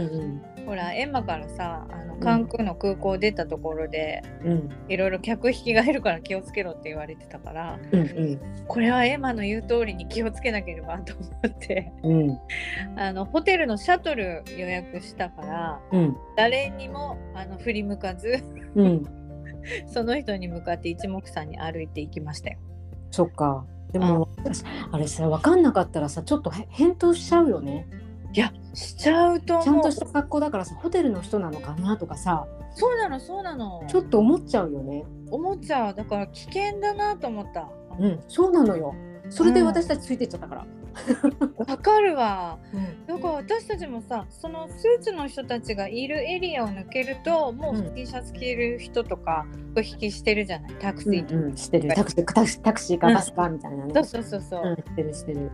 Speaker 2: ん
Speaker 3: ほらエンマからさあの関空の空港出たところで、
Speaker 2: うん
Speaker 3: いろいろ客引きがいるから気をつけろって言われてたから
Speaker 2: うん
Speaker 3: これはエマの言う通りに気をつけなければと思って
Speaker 2: うん
Speaker 3: あのホテルのシャトル予約したから
Speaker 2: うん
Speaker 3: 誰にもあの振り向かず
Speaker 2: うん
Speaker 3: その人に向かって一目散に歩いていきましたよ。
Speaker 2: そっか。でもあれさ分かんなかったらさちょっとへ返答しちゃうよね。
Speaker 3: いやしちゃうと
Speaker 2: ちゃん
Speaker 3: 思う
Speaker 2: とした格好だからさホテルの人なのかなとかさ
Speaker 3: そうなのそうなの
Speaker 2: ちょっと思っちゃうよね。
Speaker 3: おもちゃだから危険だなと思った。
Speaker 2: うんそうなのよ。それで私たちついてっちゃったから。
Speaker 3: わかるわ。
Speaker 2: うん
Speaker 3: だから私たちもさそのスーツの人たちがいるエリアを抜けるとも
Speaker 2: うん
Speaker 3: う T シャツ着る人とかお引きしてるじゃないタクシ
Speaker 2: う
Speaker 3: ー
Speaker 2: ん
Speaker 3: とか。
Speaker 2: うんしてるタクシータクシータクシーかバスかみたいなね。
Speaker 3: そうそうそうそう、
Speaker 2: うんしてるしてる。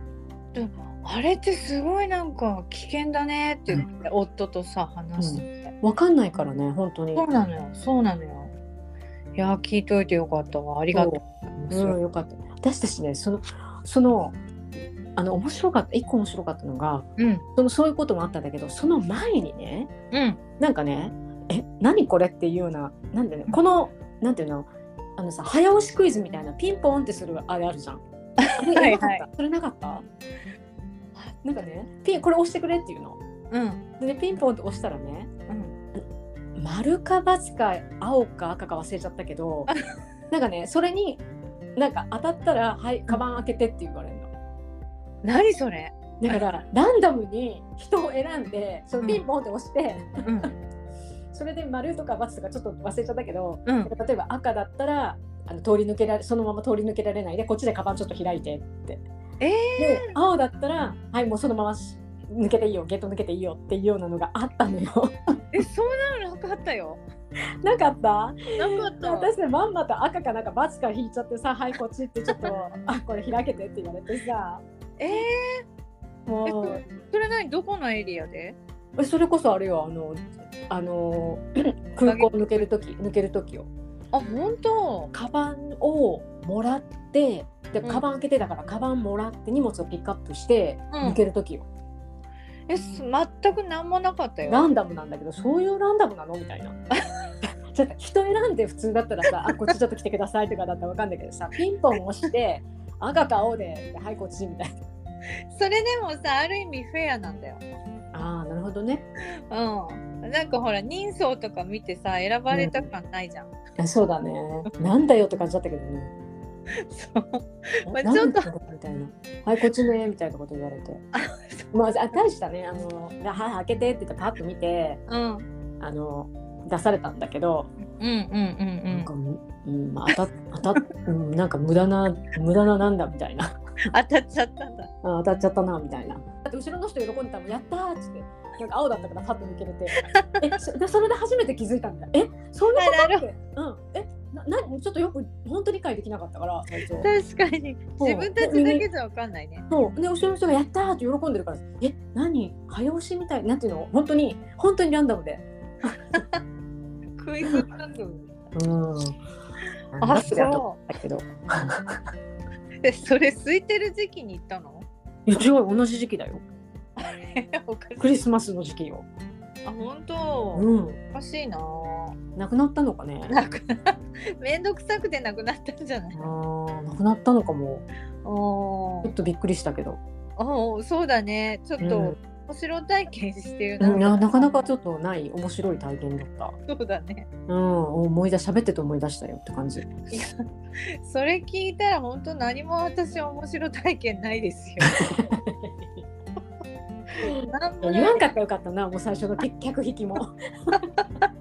Speaker 3: あれってすごいなんか危険だねって言って、夫とさ話してて、
Speaker 2: 分かんないからね本当に。
Speaker 3: そうなのよそうなのよいや聞いといてよかったわありがとう
Speaker 2: うん、よかった。私たちね、その、その、あの、面白かった、一個面白かったのが、
Speaker 3: うん
Speaker 2: その、そういうこともあったんだけど、その前にね、
Speaker 3: うん
Speaker 2: なんかね、え、何これっていうような、なんでね、この、なんていうの、あのさ、早押しクイズみたいな、ピンポンってする、あれあるじゃん。あれ
Speaker 3: [LAUGHS] はい
Speaker 2: なかっ
Speaker 3: はい
Speaker 2: たそれなかったなんかね、ピン、これ押してくれっていうの。
Speaker 3: うん
Speaker 2: でね、ピンポンって押したらね、
Speaker 3: うん
Speaker 2: 丸か×か青か赤か忘れちゃったけど
Speaker 3: [LAUGHS]
Speaker 2: なんかねそれになんか当たったら「はいカバン開けて」って言われるの
Speaker 3: 何それ
Speaker 2: だから
Speaker 3: [LAUGHS]
Speaker 2: ランダムに人を選んでそのピンポンって押して、
Speaker 3: うん
Speaker 2: それで丸とか×とかちょっと忘れちゃったけど
Speaker 3: うん
Speaker 2: [LAUGHS] 例えば赤だったらあの通り抜けられそのまま通り抜けられないでこっちでカバンちょっと開いてって、
Speaker 3: えー
Speaker 2: で青だったら「はいもうそのままし抜けていいよゲート抜けていいよ」っていうようなのがあったのよ [LAUGHS]
Speaker 3: えそんなのなかったよ
Speaker 2: なかった
Speaker 3: なかった
Speaker 2: 私ねまんまと赤かなんかバツから引いちゃってさ「はいこっち」ってちょっと「あこれ開けて」って言われてさ
Speaker 3: え
Speaker 2: もう
Speaker 3: それ何どこのエリアで
Speaker 2: えそれこそあれよあのあの空港抜ける時抜ける時よ
Speaker 3: あ本当
Speaker 2: カバンをもらってで
Speaker 3: うん
Speaker 2: カバン開けてだから、カバンもらって荷物をピックアップして
Speaker 3: うん
Speaker 2: 抜ける時よ、
Speaker 3: えす全く何もなかった
Speaker 2: ラ
Speaker 3: よ
Speaker 2: ンダムなんだけどそういうランダムなのみたいな。 [LAUGHS] ちょっと人選んで普通だったらさ「あこっちちょっと来てください」とかだったらわかんないけどさピンポン押して赤か青で「はいこっち」みたいな。
Speaker 3: それでもさある意味フェアなんだよ
Speaker 2: ああなるほどね。
Speaker 3: うんなんかほら人相とか見てさ選ばれた感ないじゃん、
Speaker 2: あそうだね。なんだよって感じだったけどね。
Speaker 3: そうまあ
Speaker 2: えなんだよ
Speaker 3: ちょっ
Speaker 2: みたいな。はいこっちねみたいなこと言われて。まああ大したねあの「はい開けて」って言ってパッと見て
Speaker 3: うん、
Speaker 2: あの出されたんだけど、
Speaker 3: うんうんうん
Speaker 2: な
Speaker 3: うんん
Speaker 2: かむ、うんまあ、当たっ当たっ、うん、なんか無駄な無駄ななんだみたいな。
Speaker 3: 当たっちゃったんだ
Speaker 2: あ当たっちゃったなみたいな。だって後ろの人喜んでたもんやったーっつって。なんか青だったからパッと抜けれてえそでそれで初めて気づいたんだえそういうことってうんえななちょっとよく本当に理解できなかったから最初
Speaker 3: 確かに
Speaker 2: そう
Speaker 3: [LAUGHS] 自分たちだけじゃわかんないね
Speaker 2: そうで後ろの人が「やった!」って喜んでるから「え何早押しみたいなんていうの本当に本当にランダムで」
Speaker 3: クイズ番組
Speaker 2: うん
Speaker 3: あ
Speaker 2: う
Speaker 3: そ
Speaker 2: だけど
Speaker 3: うえそれ空いてる時期に行ったの
Speaker 2: いや違う同じ時期だよ
Speaker 3: おかしい
Speaker 2: クリスマスの時期よ
Speaker 3: あ本当、
Speaker 2: うん
Speaker 3: おかしいな
Speaker 2: なくなったのかね
Speaker 3: なくな [LAUGHS] めんどくさくてなくなったんじゃない
Speaker 2: あーなくなったのかも
Speaker 3: お
Speaker 2: ちょっとびっくりしたけど、
Speaker 3: おそうだねちょっと、
Speaker 2: うん
Speaker 3: 面白体験してる
Speaker 2: う
Speaker 3: な、
Speaker 2: ん、いやなかなかちょっとない面白い体験だった
Speaker 3: そうだね
Speaker 2: うん思い出喋ってて思い出したよって感じ
Speaker 3: それ聞いたら本当何も私面白体験ないですよなんも
Speaker 2: 言
Speaker 3: ない
Speaker 2: わんかったらよかったなもう最初の客客引きも [LAUGHS]
Speaker 3: そしたら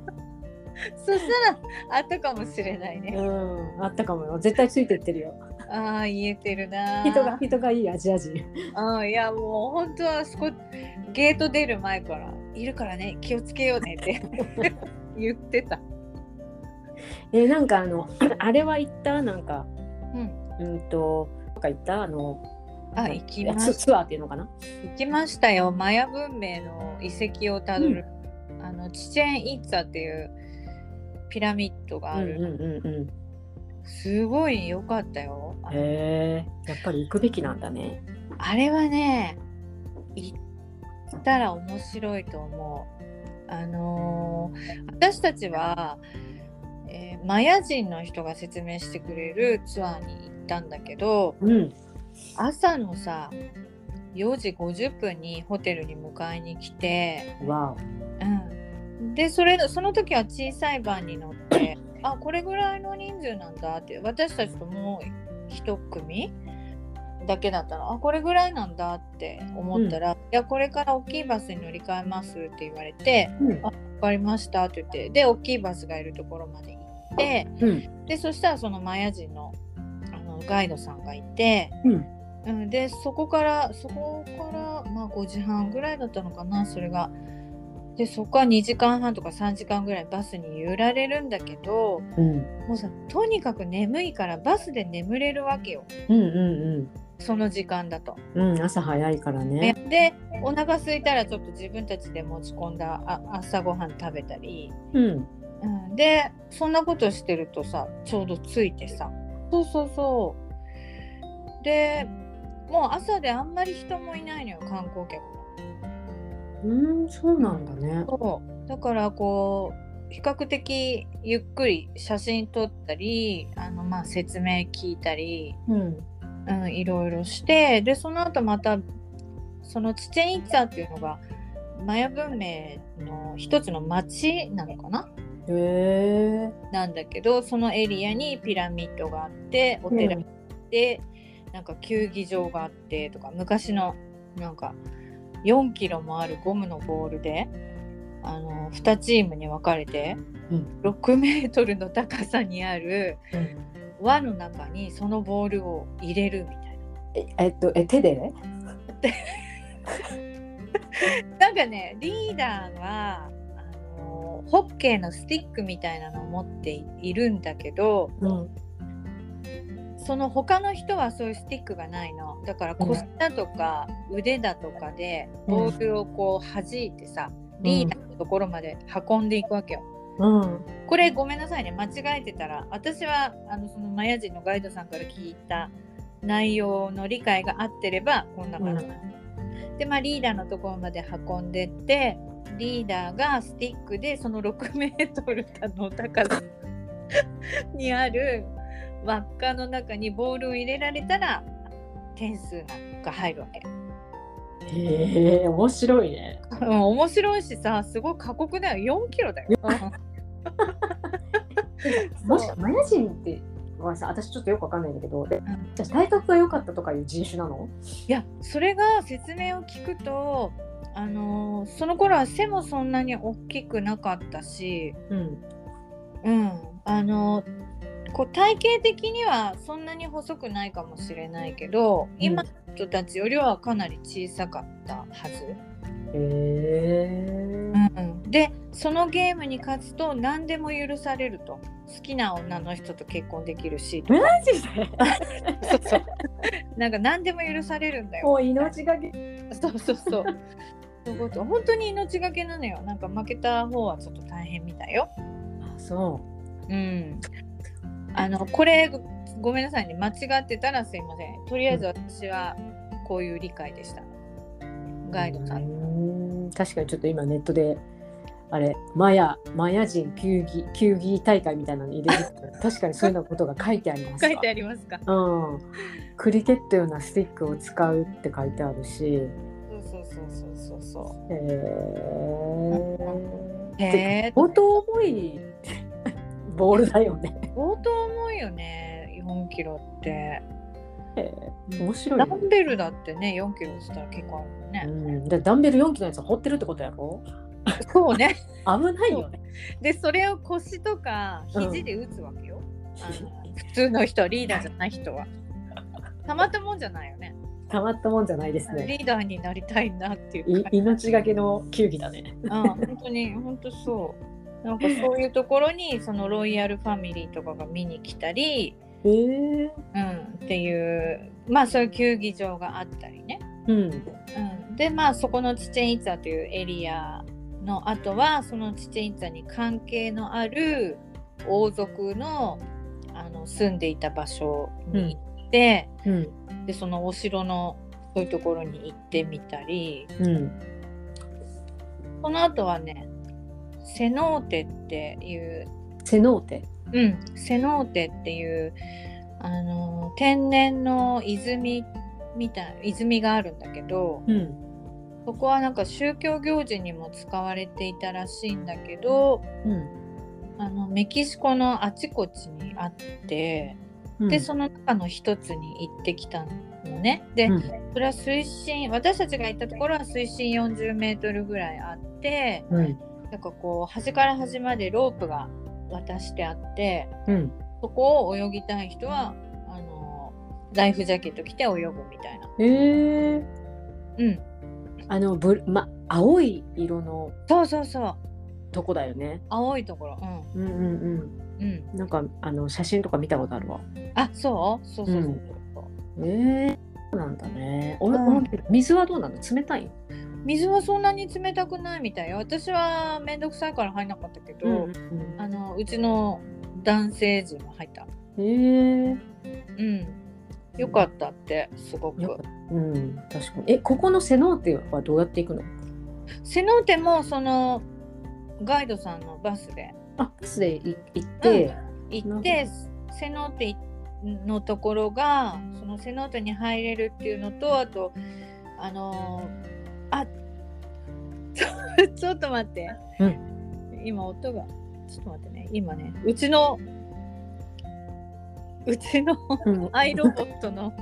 Speaker 3: あったかもしれないうね。
Speaker 2: んあったかもよ絶対ついてってるよ
Speaker 3: ああ言えてるなー。
Speaker 2: 人が人がいいアジア人
Speaker 3: あーいやもう本当はそこゲート出る前からいるからね気をつけようねって [LAUGHS] 言ってた。
Speaker 2: えなんかあの [CLEARS THROAT] あれは行ったなんか
Speaker 3: うん。
Speaker 2: うんとなんか行ったあの
Speaker 3: あ行きま
Speaker 2: ツ
Speaker 3: し
Speaker 2: ツアーっていうのかな
Speaker 3: 行きましたよマヤ文明の遺跡をたどる、あのチチェンイッツァっていうピラミッドが
Speaker 2: う
Speaker 3: あ
Speaker 2: ん
Speaker 3: る。
Speaker 2: うんうんうん
Speaker 3: すごい良かったよ。あの
Speaker 2: へえやっぱり行くべきなんだね
Speaker 3: あれはね行ったら面白いと思う。あのー私たちは、えーマヤ人の人が説明してくれるツアーに行ったんだけど
Speaker 2: うん
Speaker 3: 朝のさ4時50分にホテルに迎えに来て、
Speaker 2: わお
Speaker 3: うん、でそれその時は小さいバンに乗ってあこれぐらいの人数なんだって私たちともう一組だけだったのあこれぐらいなんだって思ったら、いやこれから大きいバスに乗り換えますって言われて
Speaker 2: うん
Speaker 3: 分かりましたって言ってで大きいバスがいるところまで行って
Speaker 2: うん
Speaker 3: でそしたらそのマヤ人のあのガイドさんがいて、
Speaker 2: うん
Speaker 3: うんでそこからそこからまあ5時半ぐらいだったのかなそれが。でそこは2時間半とか3時間ぐらいバスに揺られるんだけど
Speaker 2: うん
Speaker 3: もうさとにかく眠いからバスで眠れるわけよ
Speaker 2: うんうん
Speaker 3: その時間だと。
Speaker 2: うんうん朝早いから
Speaker 3: ね
Speaker 2: ね
Speaker 3: でお腹空いたらちょっと自分たちで持ち込んだあ朝ごはん食べたり、
Speaker 2: うん
Speaker 3: うん、でそんなことしてるとさちょうどついてさそうそうそうでもう朝であんまり人もいないのよ観光客も
Speaker 2: うんそうなんだね
Speaker 3: そうだからこう比較的ゆっくり写真撮ったりあのまあ説明聞いたり、
Speaker 2: うん
Speaker 3: うん、いろいろしてでその後またそのチチェンイツァっていうのがマヤ文明の一つの町なのかな
Speaker 2: へえ
Speaker 3: なんだけどそのエリアにピラミッドがあってお寺
Speaker 2: うん
Speaker 3: があって、なんか球技場があってとか昔のなんか4キロもあるゴムのボールであの2チームに分かれて、
Speaker 2: うん
Speaker 3: 6メートルの高さにある
Speaker 2: う
Speaker 3: 輪の中にそのボールを入れるみたい
Speaker 2: ええっとえ手で
Speaker 3: な。なんかねリーダーがあのホッケーのスティックみたいなのを持っているんだけど、
Speaker 2: うん
Speaker 3: その他の人はそういうスティックがないのだから腰だとか腕だとかで
Speaker 2: うん
Speaker 3: ボールをこう弾いてさ、リーダーのところまで運んでいくわけよ。
Speaker 2: うん
Speaker 3: これごめんなさいね間違えてたら私はあのそのマヤ人のガイドさんから聞いた内容の理解が合ってればこんな感じ、でまあリーダーのところまで運んでってリーダーがスティックでその6メートルの高さにある輪っかの中にボールを入れられたら点数なんか入るわけ。 [LAUGHS]
Speaker 2: へえ面白いね
Speaker 3: うん、面白いしさすごい過酷だよ4キロだよ。
Speaker 2: もしマヤ人ってはさ私ちょっとよくわかんないんだけど、で
Speaker 3: ん
Speaker 2: じゃあ体格が良かったとかいう人種なの
Speaker 3: いやそれが説明を聞くと、あのーその頃は背もそんなに大きくなかったし、
Speaker 2: うん
Speaker 3: うんあのーこう体型的にはそんなに細くないかもしれないけど今の人たちよりはかなり小さかったはず。
Speaker 2: へえ
Speaker 3: うん、でそのゲームに勝つと何でも許されると好きな女の人と結婚できるし
Speaker 2: マジ [LAUGHS] で
Speaker 3: そうそうなんか何でも許されるんだよ。
Speaker 2: もう命がけ
Speaker 3: そうそうそう。そういうこと本当に命がけなのよ。なんか負けた方はちょっと大変みたいよ。
Speaker 2: あそ
Speaker 3: うん。あのこれごめんなさいね間違ってたらすいません。とりあえず私はこういう理解でしたガイドさん
Speaker 2: うん確かにちょっと今ネットであれマヤマヤ人球技球技大会みたいなの入れる
Speaker 3: [LAUGHS]
Speaker 2: 確かにそういうようなことが書いてあります
Speaker 3: 書いてありますか
Speaker 2: うん、クリケットようなスティックを使うって書いてあるし、
Speaker 3: そうそうそうそうそ
Speaker 2: え
Speaker 3: う
Speaker 2: ー、
Speaker 3: へえ
Speaker 2: 相当重いボールだよね。
Speaker 3: 相当重いよね4キロって
Speaker 2: 面白い
Speaker 3: ダ
Speaker 2: よ、
Speaker 3: ンベルだってね4キロしたら結構あるもんね
Speaker 2: う、ん、でダンベル4キロのやつを放ってるってことやろ
Speaker 3: そうね
Speaker 2: 危ないよね。
Speaker 3: でそれを腰とか肘で打つわ
Speaker 2: [LAUGHS]
Speaker 3: けよ、あの普通の人リーダーじゃない人はたまったもんじゃないよね
Speaker 2: たまったもんじゃないですね。
Speaker 3: リーダーになりたいなっていう
Speaker 2: い
Speaker 3: か、
Speaker 2: 命がけの球技だね。
Speaker 3: うん、本当に本当そうなんかそういうところにそのロイヤルファミリーとかが見に来たり、
Speaker 2: えー、
Speaker 3: うん、っていうまあそういう球技場があったりね、
Speaker 2: うん。
Speaker 3: うん、でまあそこのチチェンイツァというエリアのあとはそのチチェンイツァに関係のある王族のあの住んでいた場所に行って、
Speaker 2: うん。
Speaker 3: でそのお城のそういうところに行ってみたり
Speaker 2: うん。
Speaker 3: この後はねセノーテっていう、
Speaker 2: セノーテ。
Speaker 3: うん、セノーテっていうあの天然の泉みたい泉があるんだけど
Speaker 2: うん。
Speaker 3: そこはなんか宗教行事にも使われていたらしいんだけどあのメキシコのあちこちにあって、
Speaker 2: うん。
Speaker 3: でその中の一つに行ってきたのね。で、
Speaker 2: うん
Speaker 3: それは水深私たちが行ったところは水深40メートルぐらいあって
Speaker 2: うん。
Speaker 3: なんかこう端から端までロープが渡してあって
Speaker 2: うん。
Speaker 3: そこを泳ぎたい人はあのライフジャケット着て泳ぐみたいな。
Speaker 2: えー、
Speaker 3: うん、
Speaker 2: あのブルま青い色の
Speaker 3: そうそうそう
Speaker 2: とこだよね。
Speaker 3: 青いところ、
Speaker 2: うんうん
Speaker 3: うんうん、
Speaker 2: うん。なんかあの写真とか見たことあるわ。
Speaker 3: あそうそうそうそうそう
Speaker 2: えー、そうなんだね。お
Speaker 3: うん
Speaker 2: お水はどうなの？冷たいの？
Speaker 3: 水はそんなに冷たくないみたいよ私は面倒くさいから入んなかったけど、
Speaker 2: んん
Speaker 3: あのうちの男性陣も入った、
Speaker 2: えー、
Speaker 3: うん、よかったってすごく。
Speaker 2: よかったうん確かに。えここのセノーテはどうやって行くの？
Speaker 3: セノーテもそのガイドさんのバスで
Speaker 2: あバスでい行って、
Speaker 3: 行ってセノーテのところがそのセノーテに入れるっていうのとあとあのーあ [LAUGHS] ちょちょっと待って、
Speaker 2: う
Speaker 3: 今音がちょっと待ってね今ねうちのうちの
Speaker 2: うん
Speaker 3: アイロボットの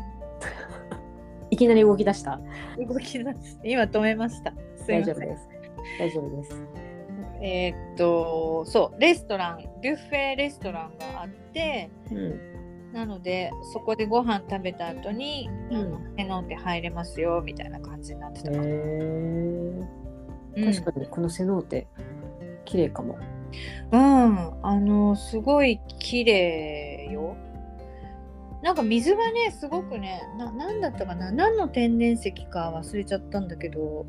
Speaker 3: [LAUGHS]
Speaker 2: いきなり動き出した。
Speaker 3: 動き出して今止めましたすい
Speaker 2: 大
Speaker 3: ませ
Speaker 2: 丈
Speaker 3: ん
Speaker 2: 夫です。大丈夫です。
Speaker 3: えーっとそうレストランビュッフェレストランがあって
Speaker 2: うん
Speaker 3: なのでそこでご飯食べた後に、
Speaker 2: うん
Speaker 3: あの手の手入れますよみたいな感じになってた
Speaker 2: へ
Speaker 3: かな、
Speaker 2: ー
Speaker 3: うん
Speaker 2: 確かにこのセノーテ綺麗かも。
Speaker 3: うんあのすごい綺麗よなんか水がねすごくねな何だったかな何の天然石か忘れちゃったんだけど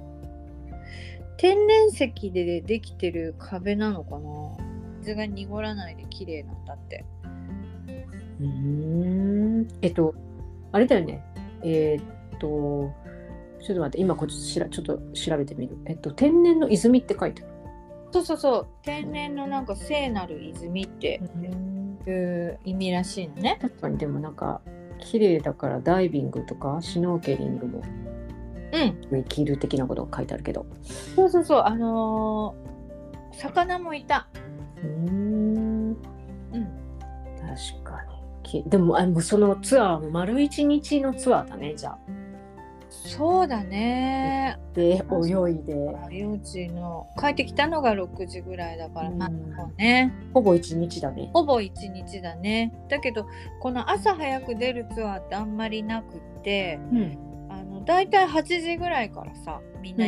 Speaker 3: 天然石でできてる壁なのかな水が濁らないで綺麗なんだって
Speaker 2: うーんえっと、あれだよね。えーっと、ちょっと待って、今こっちしらちょっと調べてみる。えっと、天然の泉って書いてある。
Speaker 3: そうそうそう天然のなんか聖なる泉っていう意味らしいのね。
Speaker 2: 確かに、でもなんか、綺麗だからダイビングとかシュノーケリングも
Speaker 3: うん、
Speaker 2: できる的なことが書いてあるけど。
Speaker 3: そうそうそうあのー魚もいた。
Speaker 2: うーん、
Speaker 3: うん、
Speaker 2: 確かに。きでもあもうそのツアーも丸一日のツアーだねじゃあ。
Speaker 3: そうだね。
Speaker 2: で泳いで
Speaker 3: 幼稚の帰ってきたのが6時ぐらいだから、
Speaker 2: うん
Speaker 3: まあもうね
Speaker 2: ほぼ一日だね。
Speaker 3: ほぼ1日だね。だけどこの朝早く出るツアーってあんまりなくって
Speaker 2: うん、
Speaker 3: あのだいたい8時ぐらいからさみんな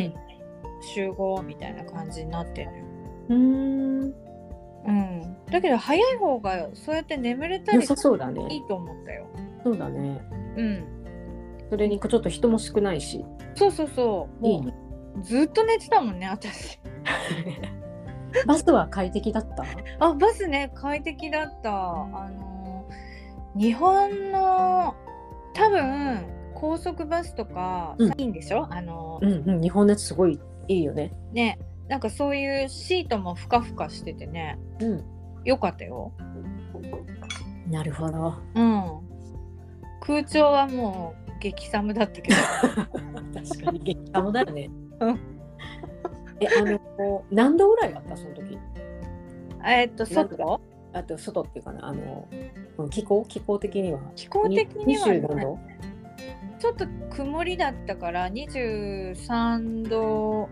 Speaker 3: 集合みたいな感じになってるのよ
Speaker 2: うーん
Speaker 3: うん、だけど早い方がそうやって眠れた
Speaker 2: 良
Speaker 3: り
Speaker 2: さそうだね
Speaker 3: い。いと思ったよ。
Speaker 2: そうだね。
Speaker 3: うん、
Speaker 2: それにちょっと人も少ないし。
Speaker 3: そうそうそう。
Speaker 2: いい
Speaker 3: も
Speaker 2: ね
Speaker 3: うずっと寝てたもんね私。
Speaker 2: バスは快適だった。
Speaker 3: あバスね快適だった。あのー日本の多分高速バスとか、
Speaker 2: うん
Speaker 3: いいんでしょあの、
Speaker 2: うんうん、日本のやつすごいいいよね。
Speaker 3: ねなんかそういうシートもふかふかしててね
Speaker 2: うん、
Speaker 3: よかったよ。
Speaker 2: なるほど。
Speaker 3: うん、空調はもう激寒だ
Speaker 2: [LAUGHS]
Speaker 3: ったけど
Speaker 2: 確かに [LAUGHS] 激寒だよね
Speaker 3: うん。
Speaker 2: え、あの、こう何度ぐらいあった、その時。
Speaker 3: えっと
Speaker 2: なんだ
Speaker 3: 外
Speaker 2: あと、外っていうかな、あの、うん気候、気候的には。
Speaker 3: 気候的には、
Speaker 2: に24度。
Speaker 3: ちょっと曇りだったから23度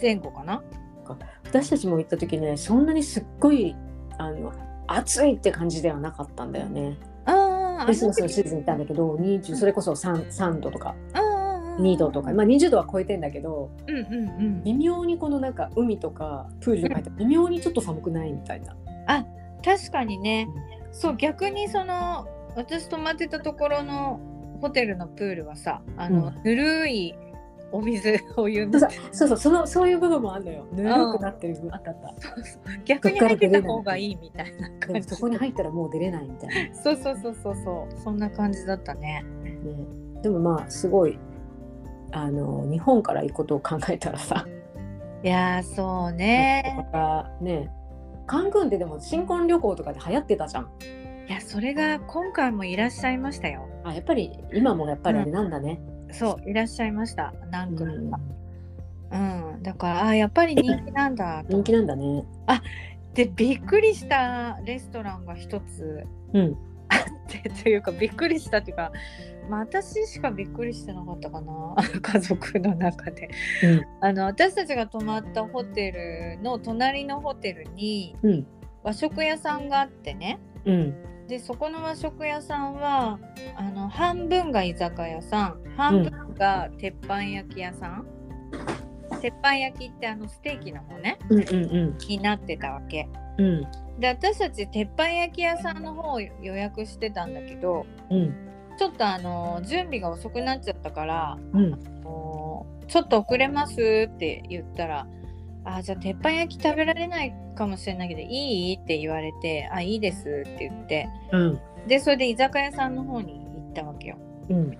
Speaker 3: 前後かな。
Speaker 2: 私たちも行った時ね、そんなにすっごい、あの、暑いって感じではなかったんだよね。
Speaker 3: あーあ
Speaker 2: クリスマスのシーズン
Speaker 3: に
Speaker 2: 行ったんだけど、20、それこそ3、三度とか、
Speaker 3: 2
Speaker 2: 2度とか、まあ、20度は超えてんだけど。
Speaker 3: うんうんうん、
Speaker 2: 微妙にこのなんか海とかプールとか入って微妙にちょっと寒くないみたいな。
Speaker 3: 確かにね、そう逆にその私泊まってたところのホテルのプールはさあの、
Speaker 2: うん
Speaker 3: ぬるいお水お湯になって
Speaker 2: そうそう、そのそういう部分もあるのよ。ぬるくなってる部分あったあった。
Speaker 3: 逆に入ってた方がいいみたいな
Speaker 2: で
Speaker 3: 感
Speaker 2: も
Speaker 3: じ
Speaker 2: そこに入ったらもう出れないみたいな、ね。
Speaker 3: そうそうそうそうそうそんな感じだったね
Speaker 2: でもまあすごいあの日本から行くことを考えたらさ、
Speaker 3: いやーそ
Speaker 2: と
Speaker 3: うね
Speaker 2: かねカンクンってでも新婚旅行とかで流行ってたじゃん。
Speaker 3: いやそれが今回もいらっしゃいましたよ
Speaker 2: あやっぱり今もやっぱりあれなんだね。
Speaker 3: そういらっしゃいました何
Speaker 2: う
Speaker 3: 組
Speaker 2: ん
Speaker 3: かうん、だからあーやっぱり人気なんだと
Speaker 2: 人気なんだね。
Speaker 3: でびっくりしたレストランが一つ
Speaker 2: うん。
Speaker 3: ってというかびっくりしたというか、まあ、私しかびっくりしてなかったかな [LAUGHS] 家族の中で、
Speaker 2: うん
Speaker 3: あの私たちが泊まったホテルの隣のホテルに
Speaker 2: うん。
Speaker 3: 和食屋さんがあってね
Speaker 2: うん。
Speaker 3: でそこの和食屋さんはあの半分が居酒屋さん半分が鉄板焼き屋さん、鉄板焼きってあのステーキの方ね
Speaker 2: うんうん
Speaker 3: になってたわけ
Speaker 2: うん。うん。
Speaker 3: で私たち鉄板焼き屋さんの方を予約してたんだけど
Speaker 2: うん。
Speaker 3: ちょっとあの準備が遅くなっちゃったから
Speaker 2: うん。
Speaker 3: あのちょっと遅れますって言ったらあじゃあ鉄板焼き食べられないかもしれないけどいいって言われてあいいですって言って
Speaker 2: うん。
Speaker 3: でそれで居酒屋さんの方に行ったわけよ
Speaker 2: うん。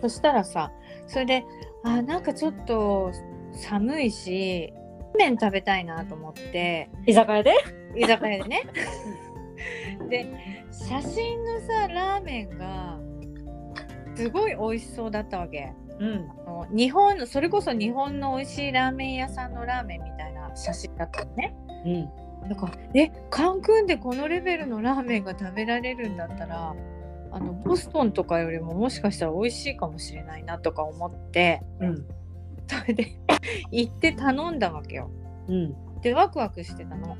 Speaker 3: そしたらさそれであなんかちょっと寒いし麺食べたいなと思って
Speaker 2: 居酒屋で
Speaker 3: 居酒屋でねで写真のさラーメンがすごい美味しそうだったわけ
Speaker 2: うん。
Speaker 3: あの日本のそれこそ日本の美味しいラーメン屋さんのラーメンみたいな写真だったのね
Speaker 2: うん。
Speaker 3: だからえカンクンでこのレベルのラーメンが食べられるんだったらあのボストンとかよりももしかしたら美味しいかもしれないなとか思って
Speaker 2: うん。
Speaker 3: それで行って頼んだわけよ
Speaker 2: うん。
Speaker 3: でワクワクしてた
Speaker 2: [LAUGHS]
Speaker 3: の。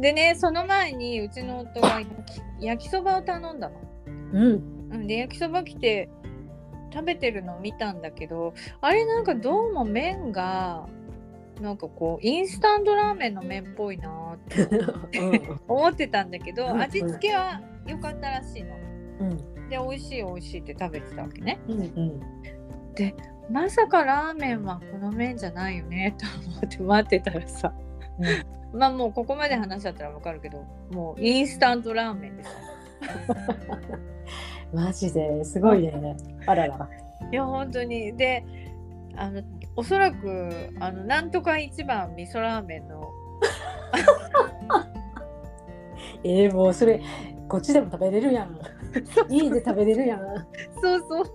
Speaker 3: でねその前にうちの夫が焼きそばを頼んだの。
Speaker 2: うん。
Speaker 3: うんで焼きそば来て食べてるのを見たんだけどあれなんかどうも麺がなんかこうインスタントラーメンの麺っぽいなって思ってたんだけど
Speaker 2: うん
Speaker 3: 味付けは良かったらしいの。
Speaker 2: うん。
Speaker 3: で美味しい美味しいって食べてたわけね。
Speaker 2: うん。
Speaker 3: まさかラーメンはこの麺じゃないよね [LAUGHS] と思って待ってたらさ、まあもうここまで話しちゃったらわかるけどもうインスタントラーメンです
Speaker 2: マジですごいね。あらら。
Speaker 3: いや本当にであのおそらくあのなんとか一番味噌ラーメンの
Speaker 2: えー、もうそれ、こっちでも食べれるやん。家で食べれるやん。
Speaker 3: そうそう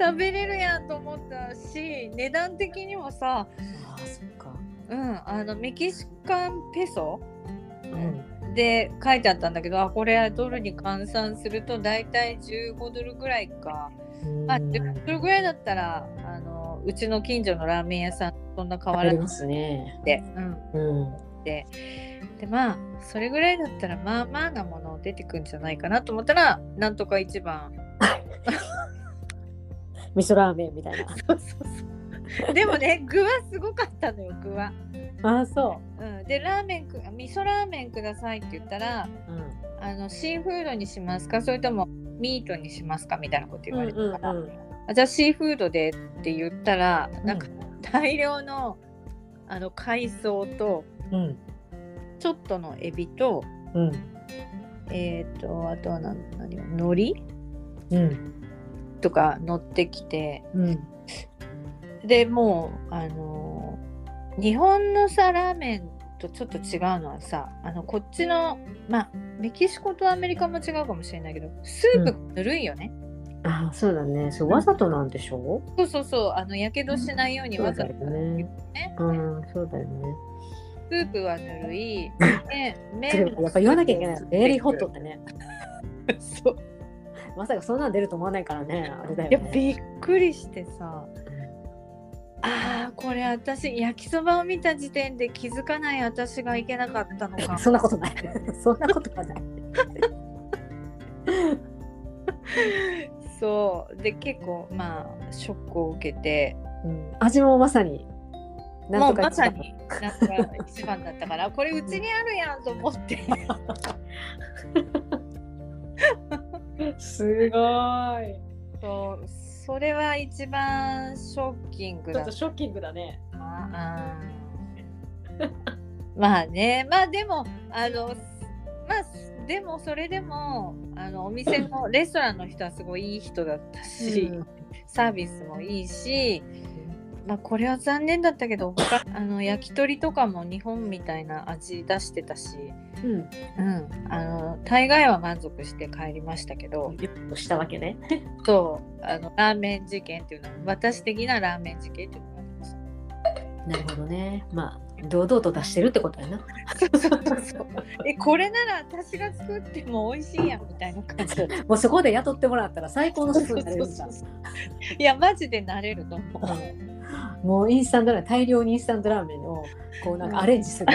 Speaker 3: 食べれるやんと思ったし値段的にもさ、
Speaker 2: ああ、そっか。
Speaker 3: うん、あのメキシカンペソ
Speaker 2: うん。
Speaker 3: で書いてあったんだけどあこれはドルに換算すると大体15ドルぐらいか。まあ、10分ぐらいだったらあのうちの近所のラーメン屋さんとそんな変わら
Speaker 2: り
Speaker 3: な
Speaker 2: ま
Speaker 3: く
Speaker 2: すね。
Speaker 3: て、うん、
Speaker 2: うん。
Speaker 3: でまあそれぐらいだったらまあまあなもの出てくんじゃないかなと思ったらなんとか
Speaker 2: [LAUGHS]
Speaker 3: 一番
Speaker 2: 味噌ラーメンみたいな。
Speaker 3: そうそうそうでもね具はすごかったのよ具は、
Speaker 2: ああ、そ
Speaker 3: うん、でラーメンく味噌ラーメンくださいって言ったら
Speaker 2: う。うん。
Speaker 3: あのシーフードにしますかそれともミートにしますかみたいなこと言われたから、
Speaker 2: うんうんう
Speaker 3: あじゃあシーフードでって言ったらなんか
Speaker 2: う
Speaker 3: 大量のあの海藻と
Speaker 2: うん。
Speaker 3: ちょっとのエビと
Speaker 2: うん。
Speaker 3: えっ、とあとは何何が海苔
Speaker 2: うん
Speaker 3: とか乗ってきて
Speaker 2: うん
Speaker 3: でもうあのー日本のさラーメンとちょっと違うのはさあのこっちのまあメキシコとアメリカも違うかもしれないけどスープがぬるいよね、
Speaker 2: ああそうだねそうわざとなんでしょ
Speaker 3: そうそうそうあのやけどしないように
Speaker 2: うん
Speaker 3: わざと
Speaker 2: そうだよね
Speaker 3: ね
Speaker 2: ううんそうだよね
Speaker 3: スープはぬるいで
Speaker 2: それ
Speaker 3: 麺も
Speaker 2: やっぱ言わなきゃいけないベリーホットってね
Speaker 3: そう
Speaker 2: まさかそんなん出ると思わないからねあれだ
Speaker 3: いや
Speaker 2: よね
Speaker 3: びっくりしてさあーこれ私焼きそばを見た時点で気づかない私がいけなかったのか
Speaker 2: そんなことないそんなことはない
Speaker 3: そうで結構まあショックを受けて
Speaker 2: うん味もまさに
Speaker 3: もうま
Speaker 2: 一
Speaker 3: さ
Speaker 2: 番
Speaker 3: になんとか一番だったからこれうちにあるやんと思
Speaker 2: [LAUGHS]
Speaker 3: って
Speaker 2: すごい
Speaker 3: そうそれは一番ショッキングだった
Speaker 2: ショッキングだね
Speaker 3: なうんまあねまあでもあのまあでもそれでもあのお店のレストランの人はすごいいい人だったし、サービスもいいし、まあ、これは残念だったけど他あの焼き鳥とかも日本みたいな味出してたし、
Speaker 2: うん
Speaker 3: うん、あの大概は満足して帰りましたけど
Speaker 2: よくしたわけね
Speaker 3: そうあのラーメン事件っていうのは私的なラーメン事件っていうのがありました。
Speaker 2: なるほどねまあ堂々と出してるってことやな
Speaker 3: そうそうそうえこれなら私が作っても美味しいやんみたいな感じ
Speaker 2: もうそこで雇ってもらったら最高の主婦になれるじゃん
Speaker 3: いやマジでなれると思う
Speaker 2: もうインスタントラーメン大量にインスタントラーメンをこうなんかアレンジする、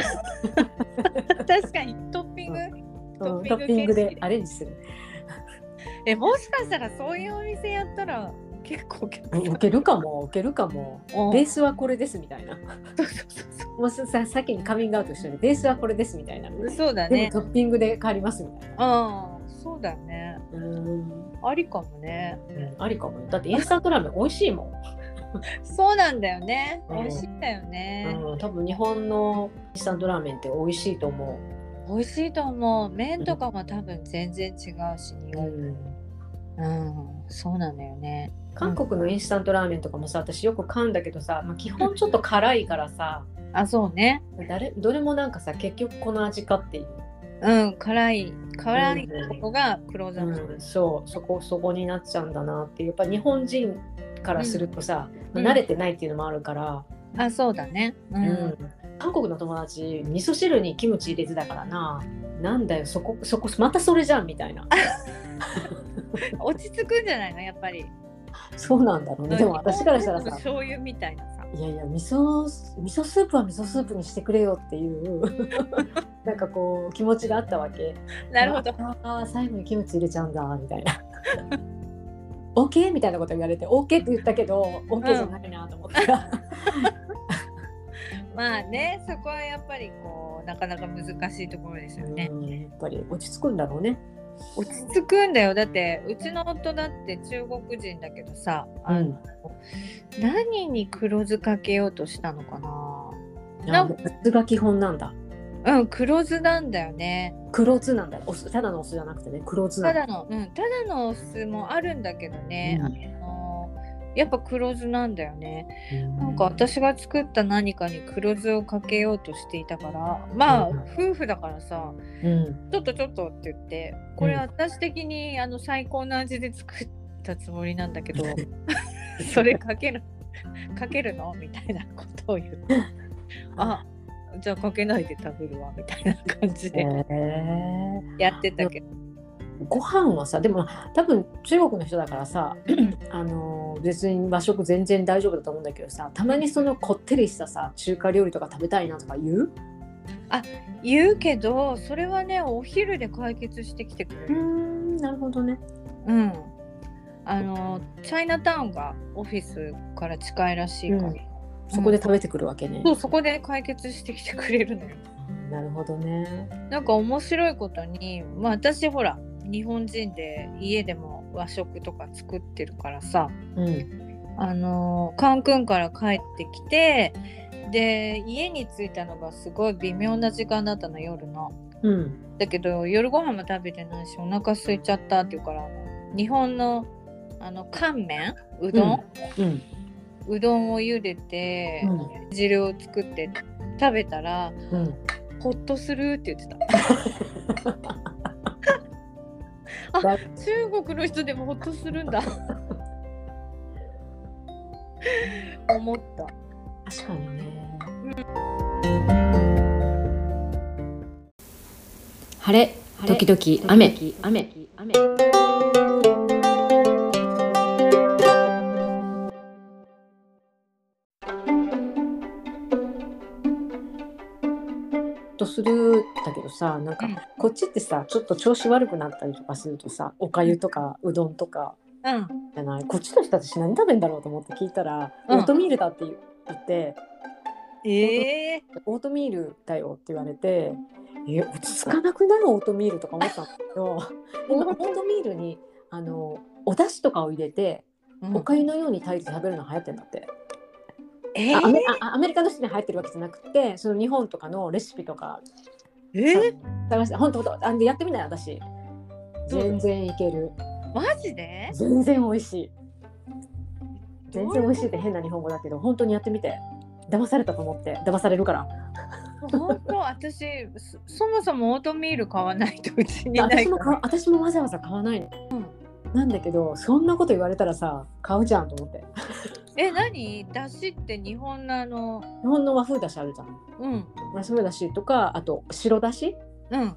Speaker 3: 確かにトッピング
Speaker 2: うん [LAUGHS]
Speaker 3: ト
Speaker 2: ト
Speaker 3: ッ
Speaker 2: ッ
Speaker 3: ピ
Speaker 2: ピ
Speaker 3: ン
Speaker 2: ング
Speaker 3: グで
Speaker 2: でアレンジする
Speaker 3: えもしかしたらそういうお店やったら結構結構
Speaker 2: 受けるかも受けるかもベースはこれですみたいな
Speaker 3: そうそうそう
Speaker 2: もうさ先にカミングアウトしてるベースはこれですみたいな
Speaker 3: そうそうだ
Speaker 2: で
Speaker 3: ね
Speaker 2: もトッピングで変わりますみたいな
Speaker 3: うんそうだね
Speaker 2: うん
Speaker 3: ありかもね
Speaker 2: ありかもよだってインスタントラーメン美味しいもん
Speaker 3: そうなんだよね
Speaker 2: うん
Speaker 3: 美味しいんだよね、
Speaker 2: うん、多分日本のインスタントラーメンって美味しいと思
Speaker 3: 美味しいと思う麺とかも多分全然違うし
Speaker 2: う、
Speaker 3: 匂いうんそうなんだよね
Speaker 2: 韓国のインスタントラーメンとかもさ私よく買うんだけどさ、まあ、基本ちょっと辛いからさ
Speaker 3: あそうね
Speaker 2: 誰どれもなんかさ結局この味かっていう、
Speaker 3: うん、辛い辛いとこが黒
Speaker 2: う
Speaker 3: ざま、
Speaker 2: ん、そうそこそこになっちゃうんだなっていうやっぱ日本人からするとさ、
Speaker 3: うん
Speaker 2: まあ慣れてないっていうのもあるから、
Speaker 3: あそうだねう、
Speaker 2: うん韓国の友達味噌汁にキムチ入れてたからななんだよそこそこまたそれじゃんみた
Speaker 3: [LAUGHS]
Speaker 2: いな
Speaker 3: 落ち着くんじゃないのやっぱり
Speaker 2: そうなんだろうねでも私からしたら
Speaker 3: 日本の
Speaker 2: さ
Speaker 3: 醤油みたいなさ
Speaker 2: いやいや味噌味噌スープは味噌スープにしてくれよっていう [LAUGHS] なんかこう気持ちがあったわけ
Speaker 3: なるほど
Speaker 2: ああー最後にキムチ入れちゃうんだみたいな [LAUGHS] OK? みたいなこと言われて OK って言ったけど OK じゃないなと思ったら、
Speaker 3: まあねそこはやっぱりこうなかなか難しいところですよね、
Speaker 2: うんやっぱり落ち着くんだろうね
Speaker 3: 落ち着くんだよだってうちの夫だって中国人だけどさあの、何に黒酢かけようとしたのかな
Speaker 2: あー酢が基本なんだ
Speaker 3: なうん黒酢なんだよね
Speaker 2: 黒酢なんだお酢ただのお酢じゃなくてね黒酢な
Speaker 3: た
Speaker 2: んだ
Speaker 3: だの、うん、ただのお酢もあるんだけどね、あのやっぱ黒酢なんだよね、なんか私が作った何かに黒酢をかけようとしていたからまあ、
Speaker 2: うん
Speaker 3: 夫婦だからさ
Speaker 2: うん
Speaker 3: ちょっとちょっとって言ってこれ私的に、あの最高の味で作ったつもりなんだけ
Speaker 2: [LAUGHS]
Speaker 3: どそれかけるかけるのみたいなことを言ってあじゃあかけないで食べるわみたいな感じ
Speaker 2: へ
Speaker 3: で
Speaker 2: え
Speaker 3: やってたけど、
Speaker 2: ご飯はさでも多分中国の人だからさ [CLEARS THROAT] あの別に和食全然大丈夫だと思うんだけどさたまにそのこってりしたさ中華料理とか食べたいなとか言う
Speaker 3: 言うけどそれはねお昼で解決してきてくれる。
Speaker 2: んなるほどね
Speaker 3: うん、あのチャイナタウンがオフィスから近いらしいから、
Speaker 2: うんそこで食べてくるわけね、
Speaker 3: そうそこで解決してきてくれるのよ。 [LAUGHS]
Speaker 2: なるほどね
Speaker 3: なんか面白いことに、まあ、私ほら日本人で家でも和食とか作ってるからさ
Speaker 2: うん
Speaker 3: あのカンクンから帰ってきてで家に着いたのがすごい微妙な時間だったの夜の。
Speaker 2: うん
Speaker 3: だけど夜ご飯も食べてないしお腹空いちゃったって言うから日本のあの乾麺うどん、
Speaker 2: うん
Speaker 3: うどんを茹でて、
Speaker 2: う
Speaker 3: 汁を作って食べたら
Speaker 2: うん、
Speaker 3: ホッとするって言ってた
Speaker 2: [LAUGHS]
Speaker 3: あ
Speaker 2: だ
Speaker 3: 中国の人でもホッとするんだ思った
Speaker 2: 確かにね
Speaker 4: 晴れ時々雨雨雨
Speaker 2: とするだけどさなんか
Speaker 3: うん
Speaker 2: こっちってさちょっと調子悪くなったりとかするとさおかゆとかうどんとか
Speaker 3: うん
Speaker 2: じゃないこっちの人たち何食べんだろうと思って聞いたら、
Speaker 3: うん
Speaker 2: オートミールだって言って
Speaker 3: ええ
Speaker 2: オートミールだよって言われてえ落ち着かなくないオートミールとか思ったんだけ
Speaker 3: [LAUGHS]
Speaker 2: ど今オートミールにあのお出汁とかを入れておかゆのように炊いて食べるの流行ってんだって。
Speaker 3: え
Speaker 2: あア
Speaker 3: ー
Speaker 2: メあアメリカの人に流行ってるわけじゃなくてその日本とかのレシピとか
Speaker 3: えー
Speaker 2: 探して本当本当あでやってみない私
Speaker 3: どう
Speaker 2: 全然いける
Speaker 3: マジで
Speaker 2: 全然美味しい全然美味しいって変な日本語だけど本当にやってみて騙されたと思って騙されるから
Speaker 3: 本当私そそもそもオートミール買わないとうちにな
Speaker 2: 私
Speaker 3: いか
Speaker 2: も
Speaker 3: ら
Speaker 2: 買う私もわざわざ買わないの、なんだけどそんなこと言われたらさ買うじゃんと思って
Speaker 3: え何だしって日本のあの
Speaker 2: 日本の和風だしあるじゃん
Speaker 3: うん
Speaker 2: 和風だしとかあと白だし
Speaker 3: うん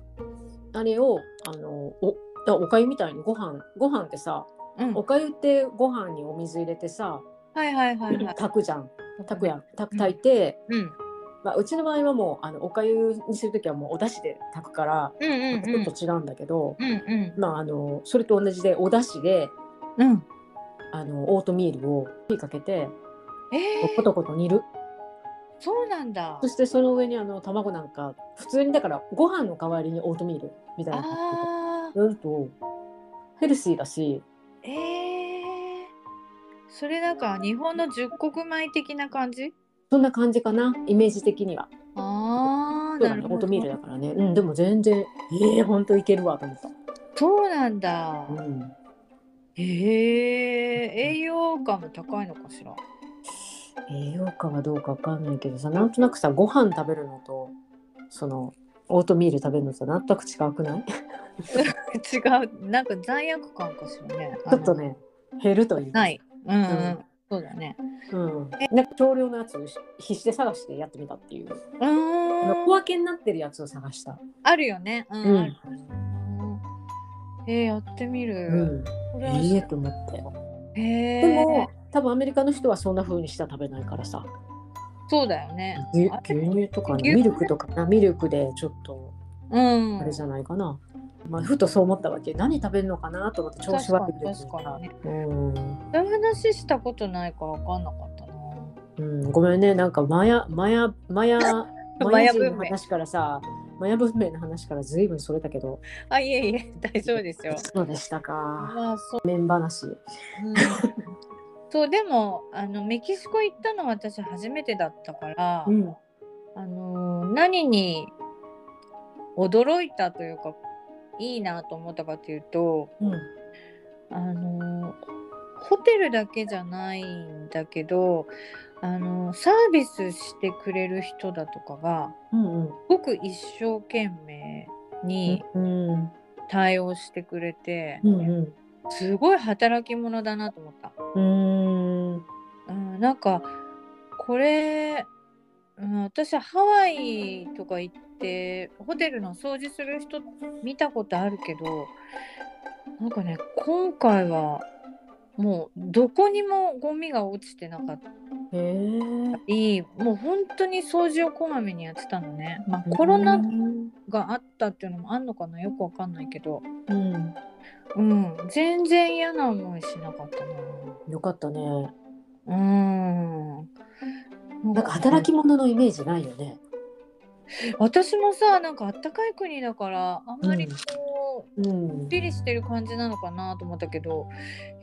Speaker 2: あれをあのおだおかゆみたいにご飯ご飯ってさ
Speaker 3: うん
Speaker 2: おかゆってご飯にお水入れてさ
Speaker 3: はいはいはいはい
Speaker 2: 炊くじゃん炊くやん炊く炊いて、
Speaker 3: うん
Speaker 2: まあ、うちの場合はもうあのおかゆにする時はもうお出汁で炊くから、
Speaker 3: うんうん
Speaker 2: ち
Speaker 3: う
Speaker 2: ょっ
Speaker 3: ん
Speaker 2: と違うんだけど、
Speaker 3: うんう
Speaker 2: まあ、あのそれと同じでお出汁で
Speaker 3: んうん
Speaker 2: あのオートミールを火にかけて
Speaker 3: え
Speaker 2: コ
Speaker 3: ー、
Speaker 2: トコト煮る
Speaker 3: そうなんだ
Speaker 2: そしてその上にあの卵なんか普通にだからご飯の代わりにオートミールみたいな感
Speaker 3: あ
Speaker 2: じでやるとヘルシーだし
Speaker 3: ーえー、それなんか日本の十穀米的な感じ
Speaker 2: そんな感じかなイメージ的には
Speaker 3: ああ
Speaker 2: そうだ
Speaker 3: な
Speaker 2: ね
Speaker 3: る
Speaker 2: オ
Speaker 3: ほ
Speaker 2: ートミール
Speaker 3: ど
Speaker 2: だからねうんでも全然ええー、ほんといけるわと思った、
Speaker 3: そうなんだ
Speaker 2: うん、
Speaker 3: へえ栄養価も高いのかしら [LAUGHS]
Speaker 2: 栄養価はどうかわかんないけどさなんとなくさご飯食べるのとそのオートミール食べるのとさ全く違くない
Speaker 3: 違うなんか罪悪感かしらね
Speaker 2: ちょっとね減るというか
Speaker 3: ないうん、うん
Speaker 2: うん
Speaker 3: そうだね
Speaker 2: うん、なんか少量のやつを必死で探してやってみたっていう
Speaker 3: うーん
Speaker 2: 小分けになってるやつを探した、
Speaker 3: あるよねうん、
Speaker 2: うん
Speaker 3: あるうんえー、やってみる、
Speaker 2: うん、
Speaker 3: これは
Speaker 2: ええと思ったよ
Speaker 3: へ
Speaker 2: で
Speaker 3: え
Speaker 2: も多分アメリカの人はそんな風にしか食べないからさ
Speaker 3: そうだよね
Speaker 2: 牛
Speaker 3: あ
Speaker 2: 牛乳とか、
Speaker 3: 牛
Speaker 2: ね、
Speaker 3: 乳
Speaker 2: ミルクとかなミルクでちょっと
Speaker 3: うん
Speaker 2: あれじゃないかな、まあ、ふとそう思ったわけ何食べるのかなと思って調子悪くて
Speaker 3: 確かに確かにね
Speaker 2: うん
Speaker 3: そういう話したことないから分かんなかったな
Speaker 2: うん、ごめんね、なんかマヤ、マヤ、マヤ、マ
Speaker 3: マ
Speaker 2: ヤ
Speaker 3: ヤ
Speaker 2: 人の
Speaker 3: 文明
Speaker 2: 話からさ、マヤ文明の話からずいぶんそれたけど、
Speaker 3: あいえい [LAUGHS] え大丈夫ですよ
Speaker 2: そうでしたか。
Speaker 3: まあそう、
Speaker 2: メン話。
Speaker 3: うん
Speaker 2: [LAUGHS]
Speaker 3: そうでもあのメキシコ行ったの私初めてだったから、
Speaker 2: うん。
Speaker 3: あのー何に驚いたというかいいなと思ったかというと、
Speaker 2: うん。
Speaker 3: あのーホテルだけじゃないんだけど、あのーサービスしてくれる人だとかが
Speaker 2: うん
Speaker 3: すごく一生懸命に
Speaker 2: うん。うん。
Speaker 3: 対応してくれて、
Speaker 2: うん。
Speaker 3: すごい働き者だなと思った。
Speaker 2: うん。うん。
Speaker 3: うん、なんかこれ、うん、私はハワイとか行ってホテルの掃除する人見たことあるけどなんかね今回はもうどこにもゴミが落ちてなかった
Speaker 2: へえ。
Speaker 3: りもう本当に掃除をこまめにやってたのね、まあ、コロナ
Speaker 2: うん。
Speaker 3: があったっていうのもあんのかなよくわかんないけど、
Speaker 2: うん
Speaker 3: うん、全然嫌な思いしなかったな。
Speaker 2: よかったね。
Speaker 3: うん
Speaker 2: なんか働き者のイメージないよね。
Speaker 3: 私もさなんかあったかい国だからあんまりこう、
Speaker 2: うん。
Speaker 3: ピリしてる感じなのかなと思ったけど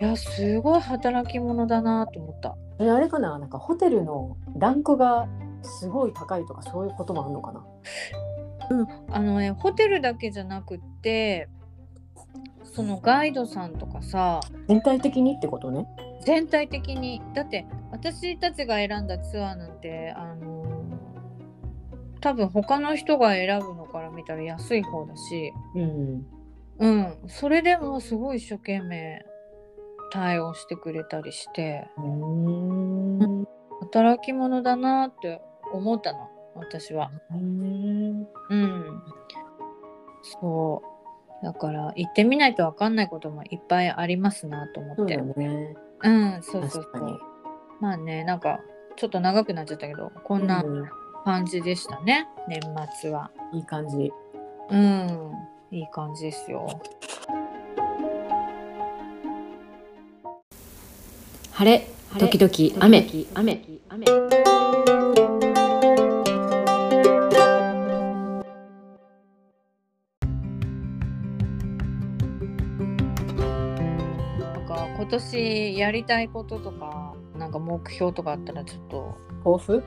Speaker 3: いやすごい働き者だなと思った
Speaker 2: えあれかな、なんかホテルのランクがすごい高いとか、そういうこともあるのかな。
Speaker 3: あのねホテルだけじゃなくってそのガイドさんとかさ
Speaker 2: 全体的にってことね。
Speaker 3: 全体的にだって私たちが選んだツアーなんてあの多分他の人が選ぶのから見たら安い方だし、
Speaker 2: うん。
Speaker 3: うん、それでもすごい一生懸命対応してくれたりして
Speaker 2: うん。
Speaker 3: 働き者だなって思ったの私は。うん、そうだから行ってみないと分かんないこともいっぱいありますなと思
Speaker 2: そ
Speaker 3: っ
Speaker 2: う
Speaker 3: て
Speaker 2: だ。ね。
Speaker 3: うん、そうそうそ
Speaker 2: 確かに
Speaker 3: う。まあね、なんかちょっと長くなっちゃったけど、こんな
Speaker 2: うん
Speaker 3: 感じでしたね、年末は。
Speaker 2: いい感じ。
Speaker 3: うん、いい感じですよ。
Speaker 4: 晴れ
Speaker 2: 晴れ
Speaker 4: 時々雨雨雨
Speaker 3: なんか今年やりたいこととか、なんか目標とかあったらちょっと、
Speaker 2: 抱負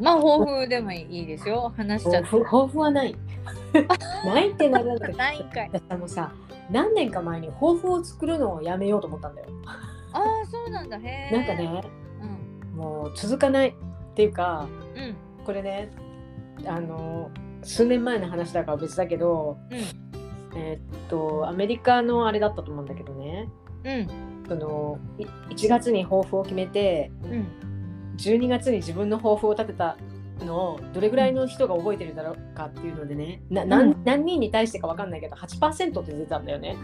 Speaker 3: まあ抱負でもいいですよ、話しちゃ
Speaker 2: 抱
Speaker 3: って
Speaker 2: 負抱負は [LAUGHS] ない。ないってなるんだけど。
Speaker 3: ないんかい。
Speaker 2: 私あのさ何年か前に抱負を作るのをやめようと思ったんだよ。
Speaker 3: ああ、そうなんだ、へえ。
Speaker 2: なんか。ね
Speaker 3: うん、
Speaker 2: もう続かないっていうか
Speaker 3: うん、
Speaker 2: これねあの数年前の話だから別だけど、えーっとアメリカのあれだったと思うんだけどね
Speaker 3: うん、
Speaker 2: そのい1月に抱負を決めて
Speaker 3: うん。
Speaker 2: 12月に自分の抱負を立てたのをどれぐらいの人が覚えてるだろうかっていうのでねななん
Speaker 3: う
Speaker 2: 何人に対してか分かんないけど8%って出たんだよね。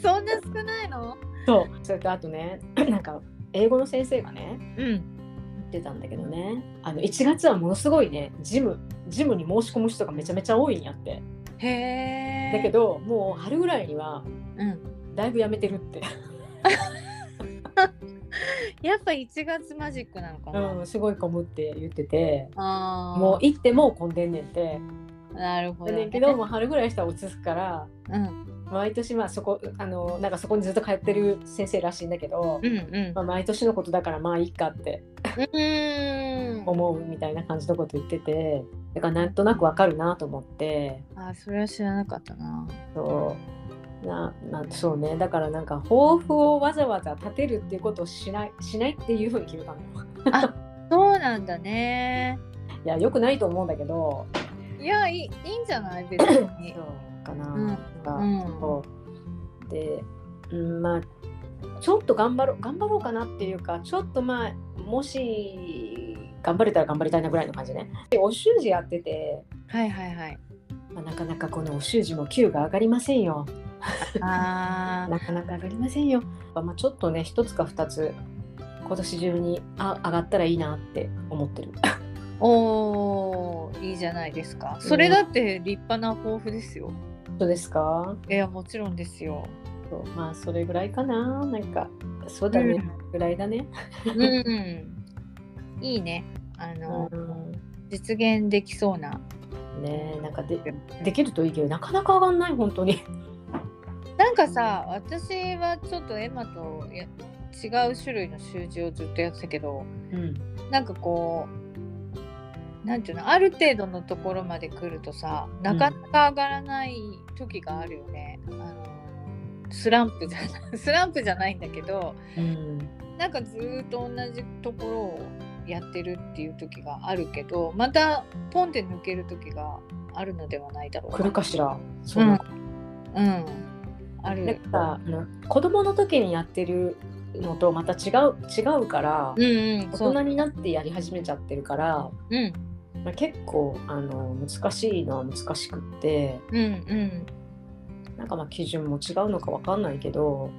Speaker 3: そんな少ないの
Speaker 2: そうそれとあとね [CLEARS THROAT] なんか英語の先生がね
Speaker 3: うん。
Speaker 2: 言ってたんだけどねあの1月はものすごいねジムジムに申し込む人がめちゃめちゃ多いんやって
Speaker 3: へえ。
Speaker 2: だけ、どもう春ぐらいには
Speaker 3: うん。
Speaker 2: だいぶやめてるって、 [LAUGHS]
Speaker 3: やっぱ1月マジックなのかな。
Speaker 2: うん、すごい混むって言ってて
Speaker 3: ああ。
Speaker 2: もう行ってもう混んでんねんって
Speaker 3: なるほ
Speaker 2: だ
Speaker 3: ど、
Speaker 2: ね
Speaker 3: ね。
Speaker 2: んけどもう春ぐらいしたら落ち着くから
Speaker 3: うん、
Speaker 2: 毎年まあそこあのなんかそこにずっと通ってる先生らしいんだけど、
Speaker 3: うん、うん。
Speaker 2: まあ、毎年のことだからまあいいかって
Speaker 3: うん。
Speaker 2: 思うみたいな感じのこと言っててだからなんとなくわかるなと思って
Speaker 3: あ、それは知らなかったな。
Speaker 2: そうななそうねだからなんか抱負をわざわざ立てるっていうことをしないしないっていうふうに決めたのよ。
Speaker 3: [LAUGHS] そうなんだね。
Speaker 2: いやよくないと思うんだけど
Speaker 3: いや、いい、いいんじゃない、別に
Speaker 2: [COUGHS] そ。うかな,、
Speaker 3: うん
Speaker 2: なんか
Speaker 3: うん
Speaker 2: そうで、うん、まあちょっと頑張ろう頑張ろうかなっていうかちょっとまあもし頑張れたら頑張りたいなぐらいの感じね。でお習字やってて、
Speaker 3: はい、はい、はい。
Speaker 2: まあ、なかなかこのお習字も級が上がりませんよ。
Speaker 3: ああ。
Speaker 2: なかなか上がりませんよ。まあ、ちょっとね、一つか二つ、今年中にあ上がったらいいなって思ってる。
Speaker 3: おお、いいじゃないですか。それだって立派な抱負ですよ。
Speaker 2: そうですか
Speaker 3: いや、もちろんですよ。
Speaker 2: そうまあ、それぐらいかな。なんか、そうだね、ぐらいだね。
Speaker 3: うん。うん。いいね。あの、
Speaker 2: う
Speaker 3: 実現できそうな。
Speaker 2: ん、ねえなんかで、できるといいけど、なかなか上がんない、本当に。
Speaker 3: なんかさ私はちょっとエマとや違う種類の習字をずっとやってたけど
Speaker 2: うん。
Speaker 3: なんかこうなんていうのある程度のところまで来るとさなかなか上がらない時があるよね。あのスランプじゃないスランプじゃないんだけど
Speaker 2: うん。
Speaker 3: なんかずーっと同じところをやってるっていう時があるけどまたポンって抜ける時があるのではないだろう
Speaker 2: 来るかしら。そうなんか、
Speaker 3: うんある
Speaker 2: なんかさ、あの子供の時にやってるのとまた違う、違うから、
Speaker 3: うんうんそ
Speaker 2: 大
Speaker 3: う
Speaker 2: 人になってやり始めちゃってるから、
Speaker 3: うん
Speaker 2: まあ、結構あの難しいのは難しくって
Speaker 3: うんうん
Speaker 2: なんかまあ基準も違うのかわかんないけど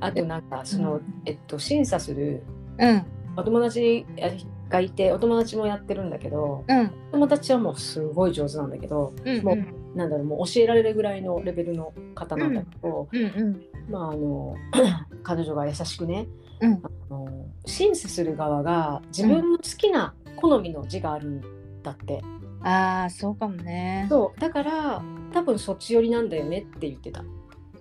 Speaker 2: あとなんかその、
Speaker 3: うん
Speaker 2: えっと、審査する
Speaker 3: うん
Speaker 2: お友達がいてお友達もやってるんだけど
Speaker 3: うん
Speaker 2: お友達はもうすごい上手なんだけど
Speaker 3: うん
Speaker 2: もうなんだろうもう教えられるぐらいのレベルの方なんだけど、
Speaker 3: うんうん
Speaker 2: まああの [CLEARS THROAT] 彼女が優しくね、
Speaker 3: うん
Speaker 2: あの審査する側が自分の好きな好みの字があるんだって。
Speaker 3: ああそうかもね
Speaker 2: そうだから多分そっち寄りなんだよねって言ってた
Speaker 3: う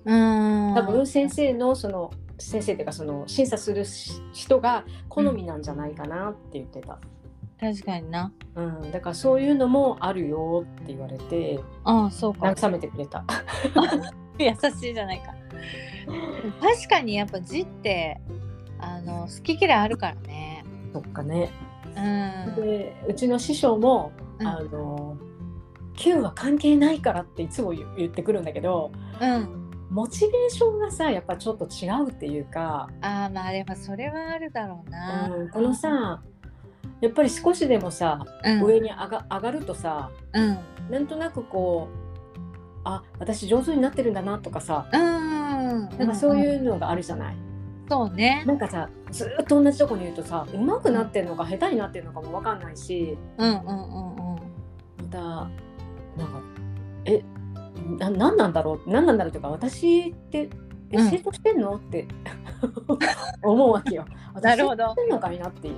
Speaker 3: ーん
Speaker 2: 多分先生のその先生っていうかその審査するし人が好みなんじゃないかなって言ってた、
Speaker 3: 確かにな
Speaker 2: うんだからそういうのもあるよって言われて
Speaker 3: ああそうか [LAUGHS]
Speaker 2: 慰めてくれた
Speaker 3: 優しいじ
Speaker 2: [LAUGHS]
Speaker 3: ゃないか確かにやっぱ字ってあの好き嫌いあるからね
Speaker 2: そっかね。
Speaker 3: うん
Speaker 2: でうちの師匠も、
Speaker 3: うん
Speaker 2: あの9は関係ないからっていつも言言ってくるんだけど
Speaker 3: うん
Speaker 2: モチベーションがさやっぱちょっと違うっていうか、
Speaker 3: ああまあでもそれはあるだろうな、
Speaker 2: うんこのさやっぱり少しでもさ、
Speaker 3: うん、
Speaker 2: 上に上が上がるとさ
Speaker 3: うん
Speaker 2: なんとなくこうあ私上手になってるんだなとかさ
Speaker 3: うん
Speaker 2: なんかそう
Speaker 3: う
Speaker 2: い
Speaker 3: ん
Speaker 2: うのがあるじゃない。
Speaker 3: そうね
Speaker 2: なんかさずーっと同じとこにいるとさ上手くなってるのか下手になってるのかも分かんないし
Speaker 3: うんうんうんうん
Speaker 2: またなんかえな何なんだろう何なんだろうというか私ってえ
Speaker 3: うん
Speaker 2: 成長してんの、って [LAUGHS] 思うわけよ。
Speaker 3: なるほど
Speaker 2: 私成長してんのかいなっていう。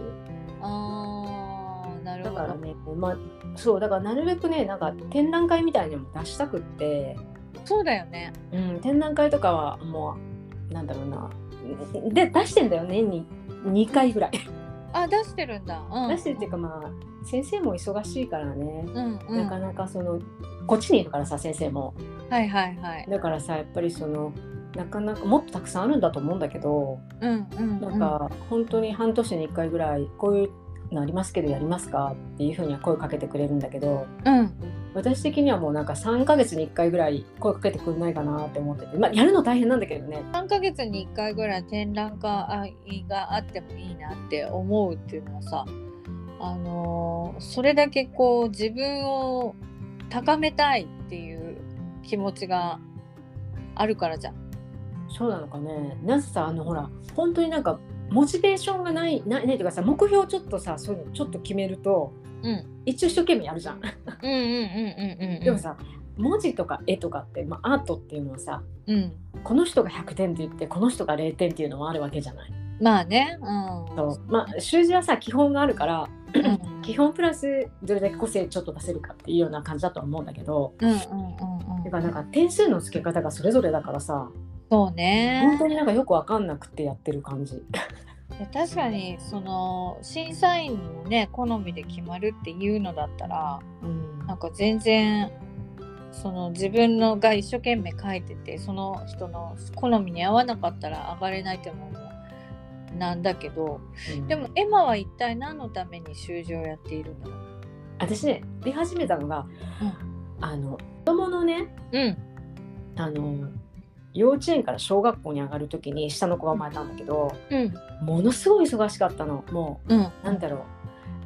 Speaker 3: あーなる
Speaker 2: だ
Speaker 3: ほ
Speaker 2: から
Speaker 3: ど
Speaker 2: ね、まあそうだからなるべくねなんか展覧会みたいにも出したくって、
Speaker 3: そうだよね
Speaker 2: うん、展覧会とかはもうなんだろうなで出してんだよねに2回ぐらい。
Speaker 3: あ出してるんだ、うん、
Speaker 2: 出してるっていうかまあ先生も忙しいからね、
Speaker 3: うんうん
Speaker 2: なかなかそのこっちにいるからさ先生も
Speaker 3: はいはいはい
Speaker 2: だからさやっぱりそのなかなかもっとたくさんあるんだと思うんだけど
Speaker 3: うんうん
Speaker 2: なんか本当に半年に1回ぐらいこういうのありますけどやりますかっていうふうには声かけてくれるんだけど
Speaker 3: うん
Speaker 2: 私的にはもうなんか3ヶ月に1回ぐらい声かけてくれないかなって思ってて、まあ、やるの大変なんだけどね
Speaker 3: 3ヶ月に1回ぐらい展覧会があってもいいなって思うっていうのはさあのーそれだけこう自分を高めたいっていう気持ちがあるからじゃん。
Speaker 2: そうなのかねなぜさあのほら本当になんかモチベーションがないないないというかさ目標をちょっとさそういうのちょっと決めると
Speaker 3: うん、
Speaker 2: 一応一生懸命やるじゃん。
Speaker 3: うんうんうんうんうん
Speaker 2: でもさ文字とか絵とかって、まあ、アートっていうのはさ
Speaker 3: うん
Speaker 2: この人が100点って言ってこの人が0点っていうのもあるわけじゃない。
Speaker 3: まあねうん
Speaker 2: そうまあ習字はさ基本があるから
Speaker 3: うん
Speaker 2: 基本プラスどれだけ個性ちょっと出せるかっていうような感じだとは思うんだけど
Speaker 3: うんうんうんう
Speaker 2: だ
Speaker 3: ん
Speaker 2: からなんか点数の付け方がそれぞれだからさ
Speaker 3: そう
Speaker 2: 本
Speaker 3: ね
Speaker 2: 当になんかよくわかんなくてやってる感じ。
Speaker 3: いや確かにその審査員のね好みで決まるっていうのだったら
Speaker 2: うん
Speaker 3: なんか全然その自分のが一生懸命書いててその人の好みに合わなかったら上がれないってもうなんだけどでもエマは一体何のために習字をやっているんだろう
Speaker 2: 私ね出始めたのが、あの子供のね
Speaker 3: うん
Speaker 2: あの幼稚園から小学校に上がる時に下の子が生まれたんだけど
Speaker 3: うん
Speaker 2: ものすごい忙しかったのも
Speaker 3: うん
Speaker 2: うなんだろ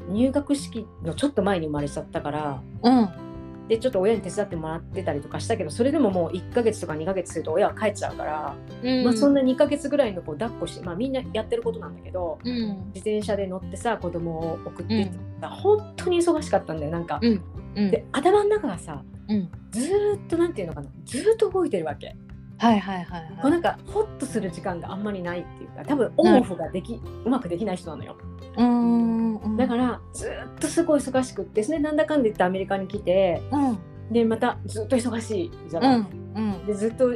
Speaker 2: う入学式のちょっと前に生まれちゃったから
Speaker 3: うん
Speaker 2: でちょっと親に手伝ってもらってたりとかしたけどそれでももう1ヶ月とか2ヶ月すると親は帰っちゃうから、
Speaker 3: うん
Speaker 2: まあ、そんな2ヶ月ぐらいの子を抱っこして、まあ、みんなやってることなんだけど
Speaker 3: うん
Speaker 2: 自転車で乗ってさ子供を送ってってさ、本当に忙しかったんだよなんか。
Speaker 3: うんうん
Speaker 2: で頭の中がさ
Speaker 3: うん
Speaker 2: ずーっとなんていうのかなずーっと動いてるわけ。
Speaker 3: はいはいはい
Speaker 2: こう
Speaker 3: は
Speaker 2: ないんかホッとする時間があんまりないっていうか多分オンオフができ、うまくできない人なのよ
Speaker 3: うんうん
Speaker 2: だからずーっとすごい忙しくってそれでなんだかんで言ってアメリカに来て
Speaker 3: うん
Speaker 2: でまたずっと忙しいじゃ
Speaker 3: う
Speaker 2: ない、
Speaker 3: んうん
Speaker 2: でずっと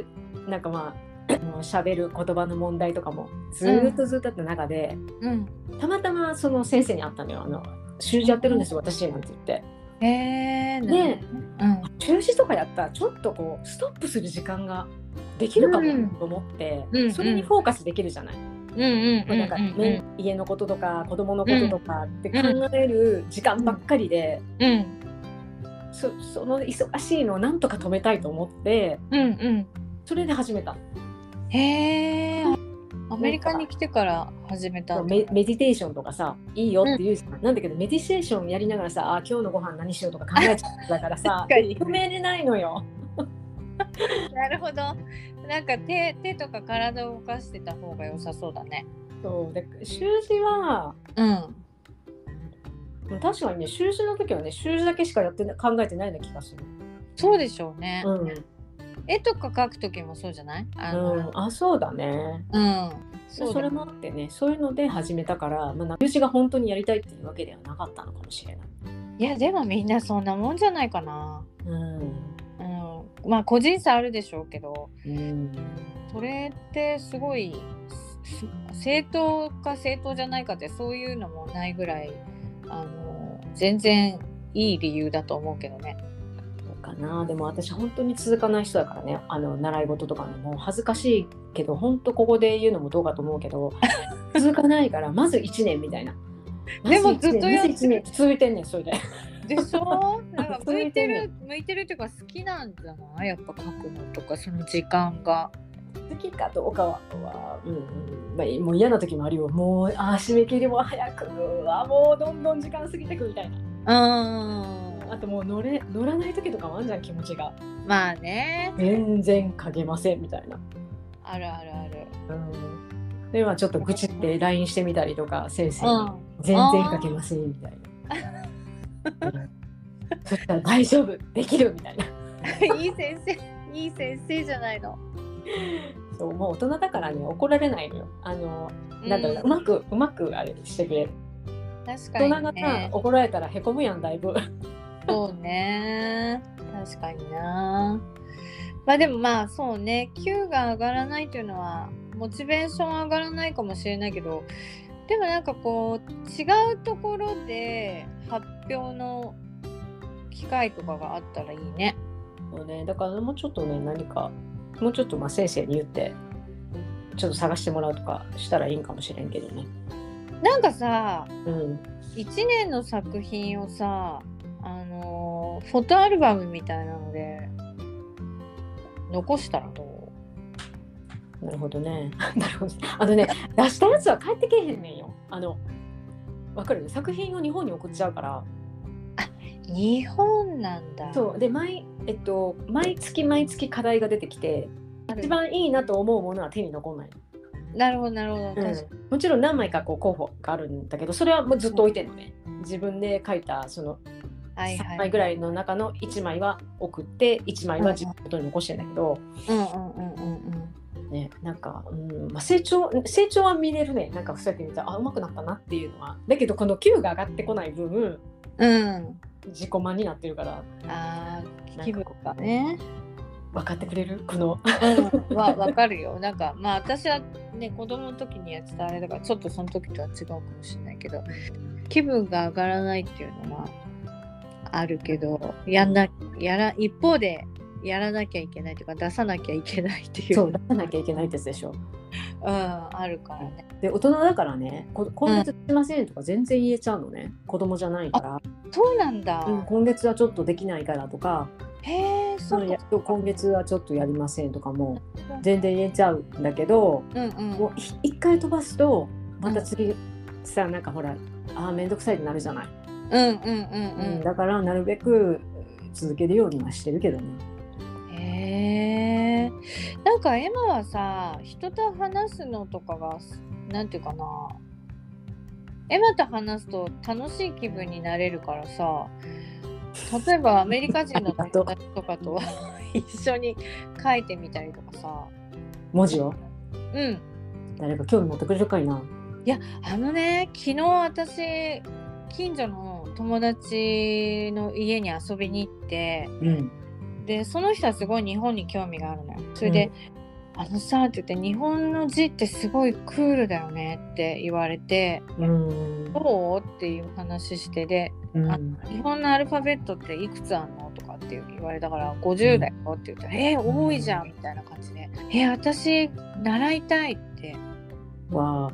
Speaker 2: なんかまあ [CLEARS THROAT] あの喋る言葉の問題とかもずーっとずっとあった中で、
Speaker 3: うん
Speaker 2: たまたまその先生に会ったのよ「あの習字やってるんですよ私」なんて言って
Speaker 3: へえ
Speaker 2: で
Speaker 3: うん
Speaker 2: 習字とかやったらちょっとこうストップする時間ができるか
Speaker 3: うん
Speaker 2: もと思って、
Speaker 3: うん
Speaker 2: それにフォーカスできるじゃない。
Speaker 3: うんうんうん
Speaker 2: なんかね家のこととか子供のこととかって考える時間ばっかりで、
Speaker 3: うん
Speaker 2: そその忙しいのをなんとか止めたいと思って
Speaker 3: うんうん
Speaker 2: それで始めた
Speaker 3: へえ。アメリカに来てから始めたんだ
Speaker 2: メメディテーションとかさいいよって言うじゃん、なんだけどメディテーションやりながらさあー今日のご飯何しようとか考えちゃうだからさ
Speaker 3: [LAUGHS] 確かに
Speaker 2: 決めれないのよ
Speaker 3: なるほど。なんか手手とか体を動かしてた方が良さそうだね。
Speaker 2: そうで習字は
Speaker 3: うん。
Speaker 2: 確かにね習字の時はね習字だけしかやってな考えてないような気がする、
Speaker 3: そうでしょうね。
Speaker 2: うん
Speaker 3: 絵とか描く時もそうじゃない？あの、
Speaker 2: うん、あそうだね
Speaker 3: うん。
Speaker 2: そう
Speaker 3: だ
Speaker 2: それもあってねそういうので始めたから、まあ、友人が本当にやりたいっていうわけではなかったのかもしれない。
Speaker 3: いやでもみんなそんなもんじゃないかな。
Speaker 2: うん
Speaker 3: うん。まあ個人差あるでしょうけど、
Speaker 2: うん、
Speaker 3: それってすごい。す正当か正当じゃないかってそういうのもないぐらいあの全然いい理由だと思うけどね。
Speaker 2: そうかかなでも私本当に続かない人だからねあの習い事とかももう恥ずかしいけど本当ここで言うのもどうかと思うけ
Speaker 3: [LAUGHS]
Speaker 2: ど続かないからまず1年みたいな。
Speaker 3: でも
Speaker 2: ま一年
Speaker 3: ずっとやっ
Speaker 2: まず1年って続いてんねんそれで。
Speaker 3: でし
Speaker 2: [LAUGHS]
Speaker 3: ょなんか向
Speaker 2: 向
Speaker 3: いて
Speaker 2: いて
Speaker 3: る向いてるっていうか好きなんじゃないやっぱ書くのとかその時間が
Speaker 2: 好きかどうかは、はうんうんまあ、もう嫌な時もあるよもうあー締め切りも早くうわもうどんどん時間過ぎてくみたいな
Speaker 3: うー
Speaker 2: あ
Speaker 3: ん
Speaker 2: ともう乗れ乗らない時とかもあんじゃん気持ちが
Speaker 3: まあね
Speaker 2: 全然書けませんみたいな、
Speaker 3: あるあるある
Speaker 2: うん、でまあちょっと愚痴って LINE してみたりとか先生に「全然書けません」みたいな、うんそしたら「大丈夫できる」みたいな。
Speaker 3: [LAUGHS] いい先生いい先生じゃないの
Speaker 2: そうもう大人だからね怒られないのよあのなんだろう、う
Speaker 3: うん
Speaker 2: まくうまくあれしてくれる大人
Speaker 3: 確か
Speaker 2: が
Speaker 3: にね
Speaker 2: さ怒られたらへこむやんだいぶ
Speaker 3: そうね確かになまあでもまあそうね Q が上がらないというのはモチベーション上がらないかもしれないけどでもなんかこう違うところで発表の機会とかがあったらいいね
Speaker 2: そうね、だからもうちょっとね何かもうちょっとまあ先生に言ってちょっと探してもらうとかしたらいいんかもしれんけどね。
Speaker 3: なんかさ
Speaker 2: うん、
Speaker 3: 1年の作品をさあのーフォトアルバムみたいなので残したらどう
Speaker 2: なるほどね。 [LAUGHS] なるほどあのね出したやつは帰ってけえへんねんよ。あのわかる作品を日本に送っちゃうから
Speaker 3: 日本なんだ
Speaker 2: そうで毎,、えっと、毎月毎月課題が出てきて
Speaker 3: ある
Speaker 2: 一番いいなと思うものは手に残んない、
Speaker 3: なるほどなるほど、確かに
Speaker 2: もちろん何枚かこう候補があるんだけどそれはもうずっと置いてんのね自分で書いたその
Speaker 3: はい
Speaker 2: 3
Speaker 3: は
Speaker 2: 枚
Speaker 3: い。
Speaker 2: ぐらいの中の1枚は送って1枚は自分のことに残してんだけど、
Speaker 3: うんうんうんうんうん。
Speaker 2: ね、なんか、うんまあ、成長成長は見れるねなんかそうやって見たらあうまくなったなっていうのはだけどこの Q が上がってこない分
Speaker 3: うん。
Speaker 2: 自己満になってるから
Speaker 3: あ
Speaker 2: な
Speaker 3: あ、
Speaker 2: んか
Speaker 3: 気分がね。
Speaker 2: 分かってくれるこの
Speaker 3: うん。わ、わかるよ。なんか、まあ、私はね、子供の時にやってたあれだから、ちょっとその時とは違うかもしれないけど。気分が上がらないっていうのは。あるけど、やんな、やら、一方で。やらなきゃいけないというか、出さなきゃいけないっていう。
Speaker 2: そう出さなきゃいけないってやつでしょ
Speaker 3: うん、あるからね。
Speaker 2: で大人だからねこ今月しませんとか全然言えちゃうのね、子供じゃないから、
Speaker 3: そうなんだ。
Speaker 2: うん今月はちょっとできないからとか
Speaker 3: へえ、そう
Speaker 2: いや
Speaker 3: か。
Speaker 2: 今月はちょっとやりませんとかも全然言えちゃうんだけど
Speaker 3: うんうん。
Speaker 2: もうひ一回飛ばすとまた次、さなんかほらあーめんどくさいってなるじゃない、
Speaker 3: うんうんうん
Speaker 2: う
Speaker 3: うんん。
Speaker 2: だからなるべく続けるようにはしてるけどね
Speaker 3: へえなんかエマはさ人と話すのとかがなんていうかなエマと話すと楽しい気分になれるからさ例えばアメリカ人の友達とかとは一緒に書いてみたりとかさ
Speaker 2: 文字を
Speaker 3: うん
Speaker 2: 誰か興味持ってくれるかいな、
Speaker 3: あのね昨日私近所の友達の家に遊びに行って
Speaker 2: うん、
Speaker 3: でその人はすごい日本に興味があるのよそれで「あのさ」って言って「日本の字ってすごいクールだよね」って言われて「
Speaker 2: うん
Speaker 3: どう?」っていう話してで
Speaker 2: う
Speaker 3: あ
Speaker 2: ん、
Speaker 3: 「日本のアルファベットっていくつあんの?」とかって言われたから「50だよ」って言ったら「えー多いじゃん」みたいな感じで「えー私習いたい」って
Speaker 2: わあ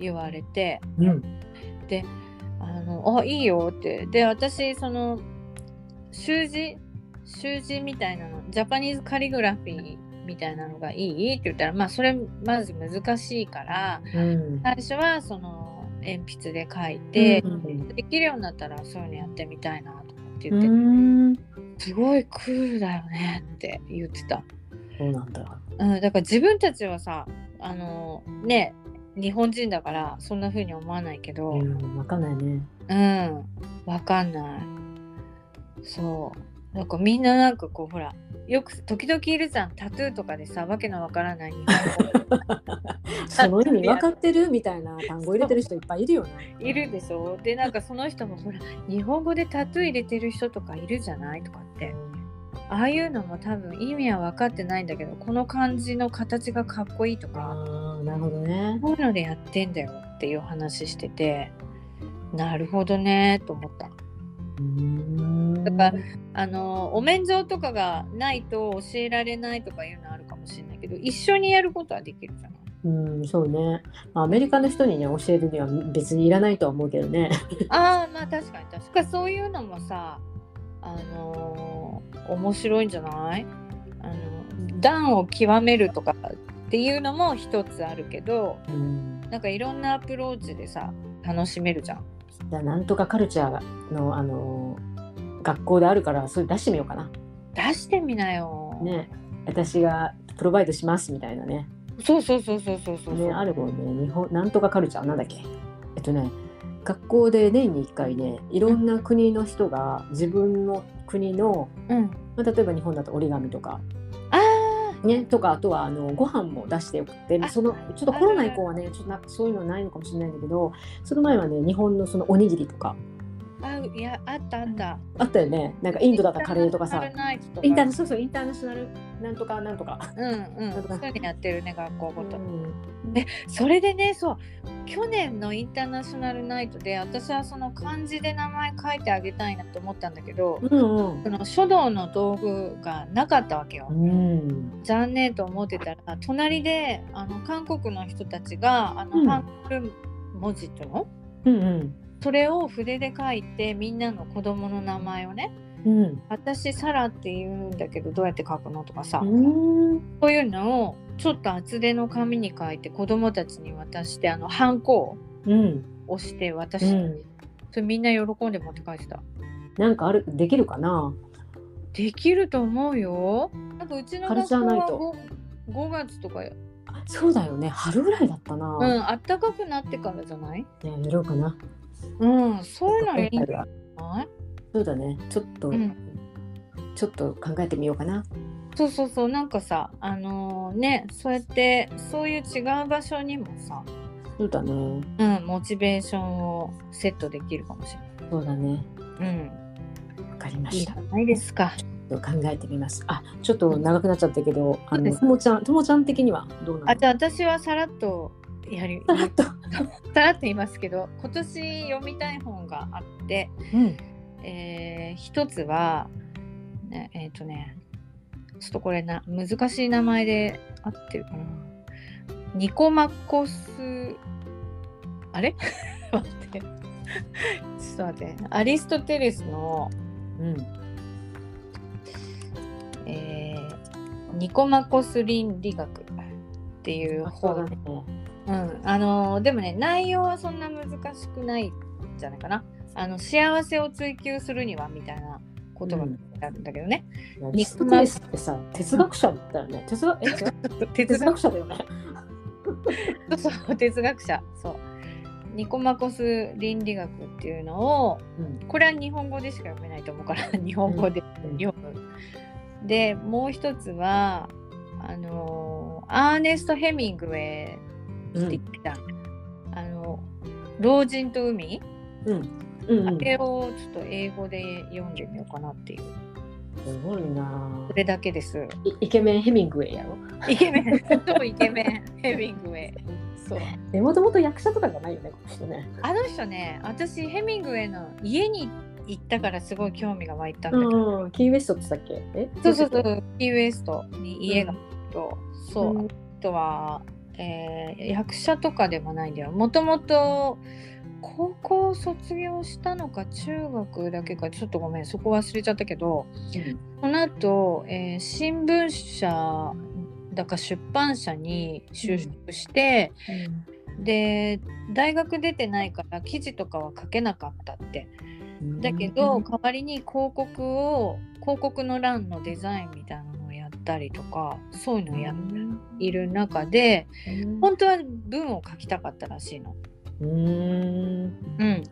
Speaker 3: 言われて
Speaker 2: うん
Speaker 3: あのあいいよってで私その習字習字みたいなのジャパニーズカリグラフィーみたいなのがいいって言ったらまあそれまず難しいから
Speaker 2: うん
Speaker 3: 最初はその鉛筆で書いて
Speaker 2: う、ん
Speaker 3: できるようになったらそういうのやってみたいなとかって
Speaker 2: う
Speaker 3: 言って、
Speaker 2: ん
Speaker 3: すごいクールだよねって言ってた、
Speaker 2: そうなんだ
Speaker 3: うん、だから自分たちはさあのね日本人だからそんな風に思わないけど、
Speaker 2: うんわかんないね
Speaker 3: うん、わかんない。そう。なんかみんななんかこうほら、よく時々いるじゃん、タトゥーとかでさ、わけのわからない日本語
Speaker 2: その意味分かってるみたいな単語入れてる人いっぱいいるよね。
Speaker 3: いるでしょで、なんかその人もほら、日本語でタトゥー入れてる人とかいるじゃないとかって。ああいうのも多分意味は分かってないんだけど、この漢字の形がかっこいいとか、
Speaker 2: ああ、なるほどね。
Speaker 3: こういうのでやってんだよっていう話してて、なるほどねと思った。
Speaker 2: うーん
Speaker 3: だからあのお免状とかがないと教えられないとかいうのあるかもしれないけど一緒にやることはできるじゃ
Speaker 2: [LAUGHS]
Speaker 3: ない
Speaker 2: うん、そうね。まあアメリカの人にね、教えるには別にいらないとは思うけどね。
Speaker 3: ああまあ確かに確かにそういうのもさあのー面白いんじゃないあの段を極めるとかっていうのも一つあるけど
Speaker 2: うん、
Speaker 3: なんかいろんなアプローチでさ楽しめるじゃん。
Speaker 2: じゃあ、なんとかカルチャーの、あのー学校であるから、それ出してみようかな。
Speaker 3: 出してみなよ。
Speaker 2: ね。私がプロバイドしますみたいなね。
Speaker 3: そうそうそうそうそうそうそう。
Speaker 2: ね、あるもんね。日本、なんとかカルチャー、なんだっけ。えっとね、学校で年に1回ね、いろんな国の人が自分の国の、
Speaker 3: うん。
Speaker 2: まあ、例えば日本だと折り紙とか、
Speaker 3: あ
Speaker 2: ね、とかあとはあのご飯も出してよくて
Speaker 3: あ
Speaker 2: そのちょっとコロナ以降はねちょっとなそういうのないのかもしれないんだけどその前はね日本のそのおにぎりとか
Speaker 3: ああいやあったあった。
Speaker 2: あったよねなんかインドだったらカレーとかさ
Speaker 3: インターナショナルナイトとか
Speaker 2: インターナそうそうインターナショナルなんとかなんとか、
Speaker 3: うんうん。
Speaker 2: なんとか
Speaker 3: そういうのやってるね学校
Speaker 2: う
Speaker 3: ごと。
Speaker 2: ん、
Speaker 3: それでねそう去年のインターナショナルナイトで私はその漢字で名前書いてあげたいなと思ったんだけど、
Speaker 2: うん
Speaker 3: その書道の道具がなかったわけよ。
Speaker 2: うん
Speaker 3: 残念と思ってたら隣であの韓国の人たちがあの、
Speaker 2: うん
Speaker 3: ハングル文字っていうの
Speaker 2: うん
Speaker 3: それを筆で書いてみんなの子供の名前をね
Speaker 2: うん
Speaker 3: 私サラって言うんだけどどうやって書くのとかさ、
Speaker 2: うん
Speaker 3: そういうのをちょっと厚手の紙に書いて子供たちに渡してあのハンコ
Speaker 2: うん
Speaker 3: を押して渡
Speaker 2: う
Speaker 3: して、
Speaker 2: ん
Speaker 3: それみんな喜んで持って帰ってた。
Speaker 2: なんかあるできるかな
Speaker 3: できると思うよ。なんかうちの
Speaker 2: カル
Speaker 3: 学
Speaker 2: チャー
Speaker 3: 校
Speaker 2: ナイ
Speaker 3: は
Speaker 2: ト
Speaker 3: 5, 5月とかよ。
Speaker 2: あそうだよね春ぐらいだった
Speaker 3: うん、
Speaker 2: な、
Speaker 3: あったかくなってからじゃない
Speaker 2: ねやろうかな
Speaker 3: うん、そういうのいいんじゃない
Speaker 2: そうだねちょっと、
Speaker 3: うん
Speaker 2: ちょっと考えてみようかな
Speaker 3: そうそうそう、なんかさ、あのーね、そうやって、そういう違う場所にもさ、
Speaker 2: そうだね
Speaker 3: うん、モチベーションをセットできるかもし
Speaker 2: そうだね。
Speaker 3: れない。うん、
Speaker 2: わかりま
Speaker 3: い
Speaker 2: し
Speaker 3: いじ
Speaker 2: た。
Speaker 3: ゃないですか。
Speaker 2: ちょっと考えてみます。あ、ちょっと長くなっちゃったけど、あ
Speaker 3: そうで
Speaker 2: の
Speaker 3: す
Speaker 2: ともちゃん、ともちゃん的にはどうな
Speaker 3: あ
Speaker 2: の？
Speaker 3: と私はさらっとや
Speaker 2: [LAUGHS]
Speaker 3: る、
Speaker 2: さらっと。
Speaker 3: さらっと言いますけど、今年読みたい本があって、
Speaker 2: うん。
Speaker 3: えー一つは、ね、えっ、とねちょっとこれな難しい名前で合ってるかなニコマコスあれ [LAUGHS] 待ってちょっと待ってアリストテレスの、
Speaker 2: うん。
Speaker 3: えーニコマコス倫理学っていう
Speaker 2: そうだ
Speaker 3: 本
Speaker 2: ね。
Speaker 3: うん、あのーでもね内容はそんな難しくないんじゃないかなあの幸せを追求するにはみたいなことが書いてあるんだけどね、
Speaker 2: アリストテレスってさ、哲学者だよね。哲学え違う
Speaker 3: [LAUGHS] 哲
Speaker 2: 哲学
Speaker 3: 学
Speaker 2: 者だよね。
Speaker 3: そう哲学者そうニコマコス倫理学っていうのを
Speaker 2: うん。
Speaker 3: これは日本語でしか読めないと思う
Speaker 2: [LAUGHS]
Speaker 3: から日本語で読む。でもう一つはあのアーネスト・ヘミングウェイって
Speaker 2: うん
Speaker 3: 言ってた、あの老人と海、
Speaker 2: うん。うんうん
Speaker 3: あ。れをちょっと英語で読んでみようかなっていう
Speaker 2: すごいな
Speaker 3: そ。れだけです。
Speaker 2: イイケメンヘミングウェイやろ。
Speaker 3: イケメン超イケメンヘミングウェイ。 [LAUGHS] そう
Speaker 2: えもともと役者とかじゃないよね、この人ね。
Speaker 3: あの人ね私ヘミングウェイの家に行ったからすごい興味が湧いたんだけど、
Speaker 2: うん。キーウエストって言ったっけ？え？
Speaker 3: そうそうそうキーウエストに家があると、そう、
Speaker 2: うん
Speaker 3: あとは、えー役者とかでもないんだよもともと高校卒業したのか中学だけかちょっとごめんそこ忘れちゃったけどその後、えー新聞社だか出版社に就職して、で大学出てないから記事とかは書けなかったって
Speaker 2: うん
Speaker 3: だけど、代わりに広告を広告の欄のデザインみたいなのをやったりとかそういうのをやっている中で
Speaker 2: うん
Speaker 3: 本当は文を書きたかったらしいの。
Speaker 2: うん。
Speaker 3: うん、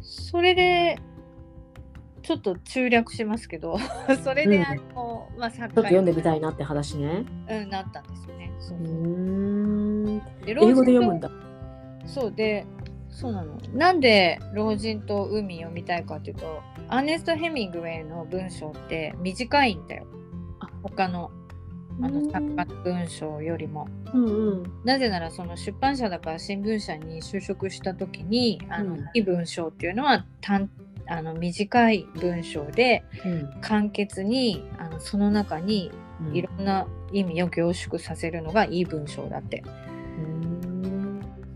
Speaker 3: それでちょっと中略しますけど [LAUGHS] それ
Speaker 2: うん
Speaker 3: であの、まあ、
Speaker 2: ちょ
Speaker 3: 作
Speaker 2: っと
Speaker 3: 家
Speaker 2: 読ん
Speaker 3: に
Speaker 2: でみたいなって話ね。
Speaker 3: うんなったんですよね。そううそう
Speaker 2: ーん。
Speaker 3: で
Speaker 2: 英語で読むん
Speaker 3: だ
Speaker 2: だ。
Speaker 3: そうでそうなのなんで「老人と海」読みたいかっていうとアーネスト・ヘミングウェイの文章って短いんだよ
Speaker 2: あ
Speaker 3: 他のあの作家の文章よりも。
Speaker 2: うんうん。
Speaker 3: なぜならその出版社だから新聞社に就職した時にあの、
Speaker 2: うん
Speaker 3: いい文章っていうのは単あの短い文章で
Speaker 2: うん
Speaker 3: 簡潔にあのその中に
Speaker 2: うん
Speaker 3: いろんな意味を凝縮させるのがいい文章だって。
Speaker 2: うん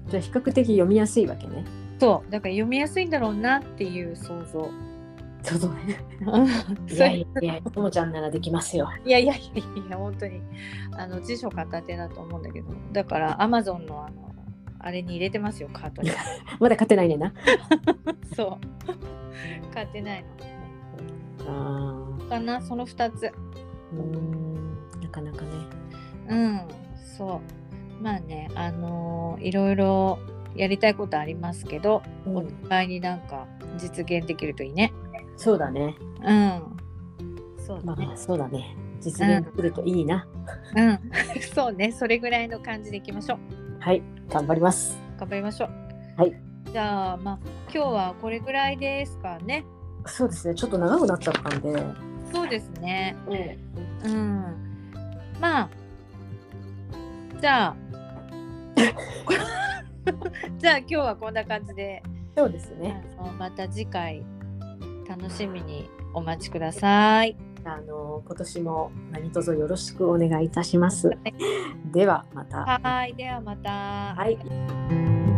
Speaker 2: じゃあ比較的読みやすいわけね。
Speaker 3: そうだから読みやすいんだろうなっていう
Speaker 2: [LAUGHS]
Speaker 3: 想像。
Speaker 2: そうそうね。
Speaker 3: そ
Speaker 2: いうやいやいや、ともちゃんならできますよ。
Speaker 3: いやいやいやいや本当にあの辞書片手だと思うんだけどだからアマゾンのあのあれに入れてますよカ
Speaker 2: [LAUGHS]
Speaker 3: ートに
Speaker 2: まだ勝てないねんな。
Speaker 3: そう買ってない
Speaker 2: あ
Speaker 3: のかなその2つ
Speaker 2: うん、なかなかね。
Speaker 3: うんそうまあねあのーいろいろやりたいことありますけど、
Speaker 2: う
Speaker 3: お
Speaker 2: ん、
Speaker 3: 互いになんか実現できるといいね
Speaker 2: そうだね。
Speaker 3: うんそうだ
Speaker 2: ま
Speaker 3: ね、
Speaker 2: あ、そうだね。実現するといいな。
Speaker 3: うん [LAUGHS] そうねそれぐらいの感じでいきましょう
Speaker 2: はい、頑張ります。
Speaker 3: 頑張りましょう
Speaker 2: はい
Speaker 3: じゃあまあ今日はこれぐらいですかね
Speaker 2: そうですね。ちょっと長くなっちゃったんで。
Speaker 3: そうですね。うん。まあ。じゃあ。 [LAUGHS] じゃあ今日はこんな感じで、
Speaker 2: そうですね。
Speaker 3: あのまた次回楽しみにお待ちください。
Speaker 2: あの今年も何卒よろしくお願いいたします
Speaker 3: は。い
Speaker 2: ではまた。
Speaker 3: はい、ではまた。
Speaker 2: はい。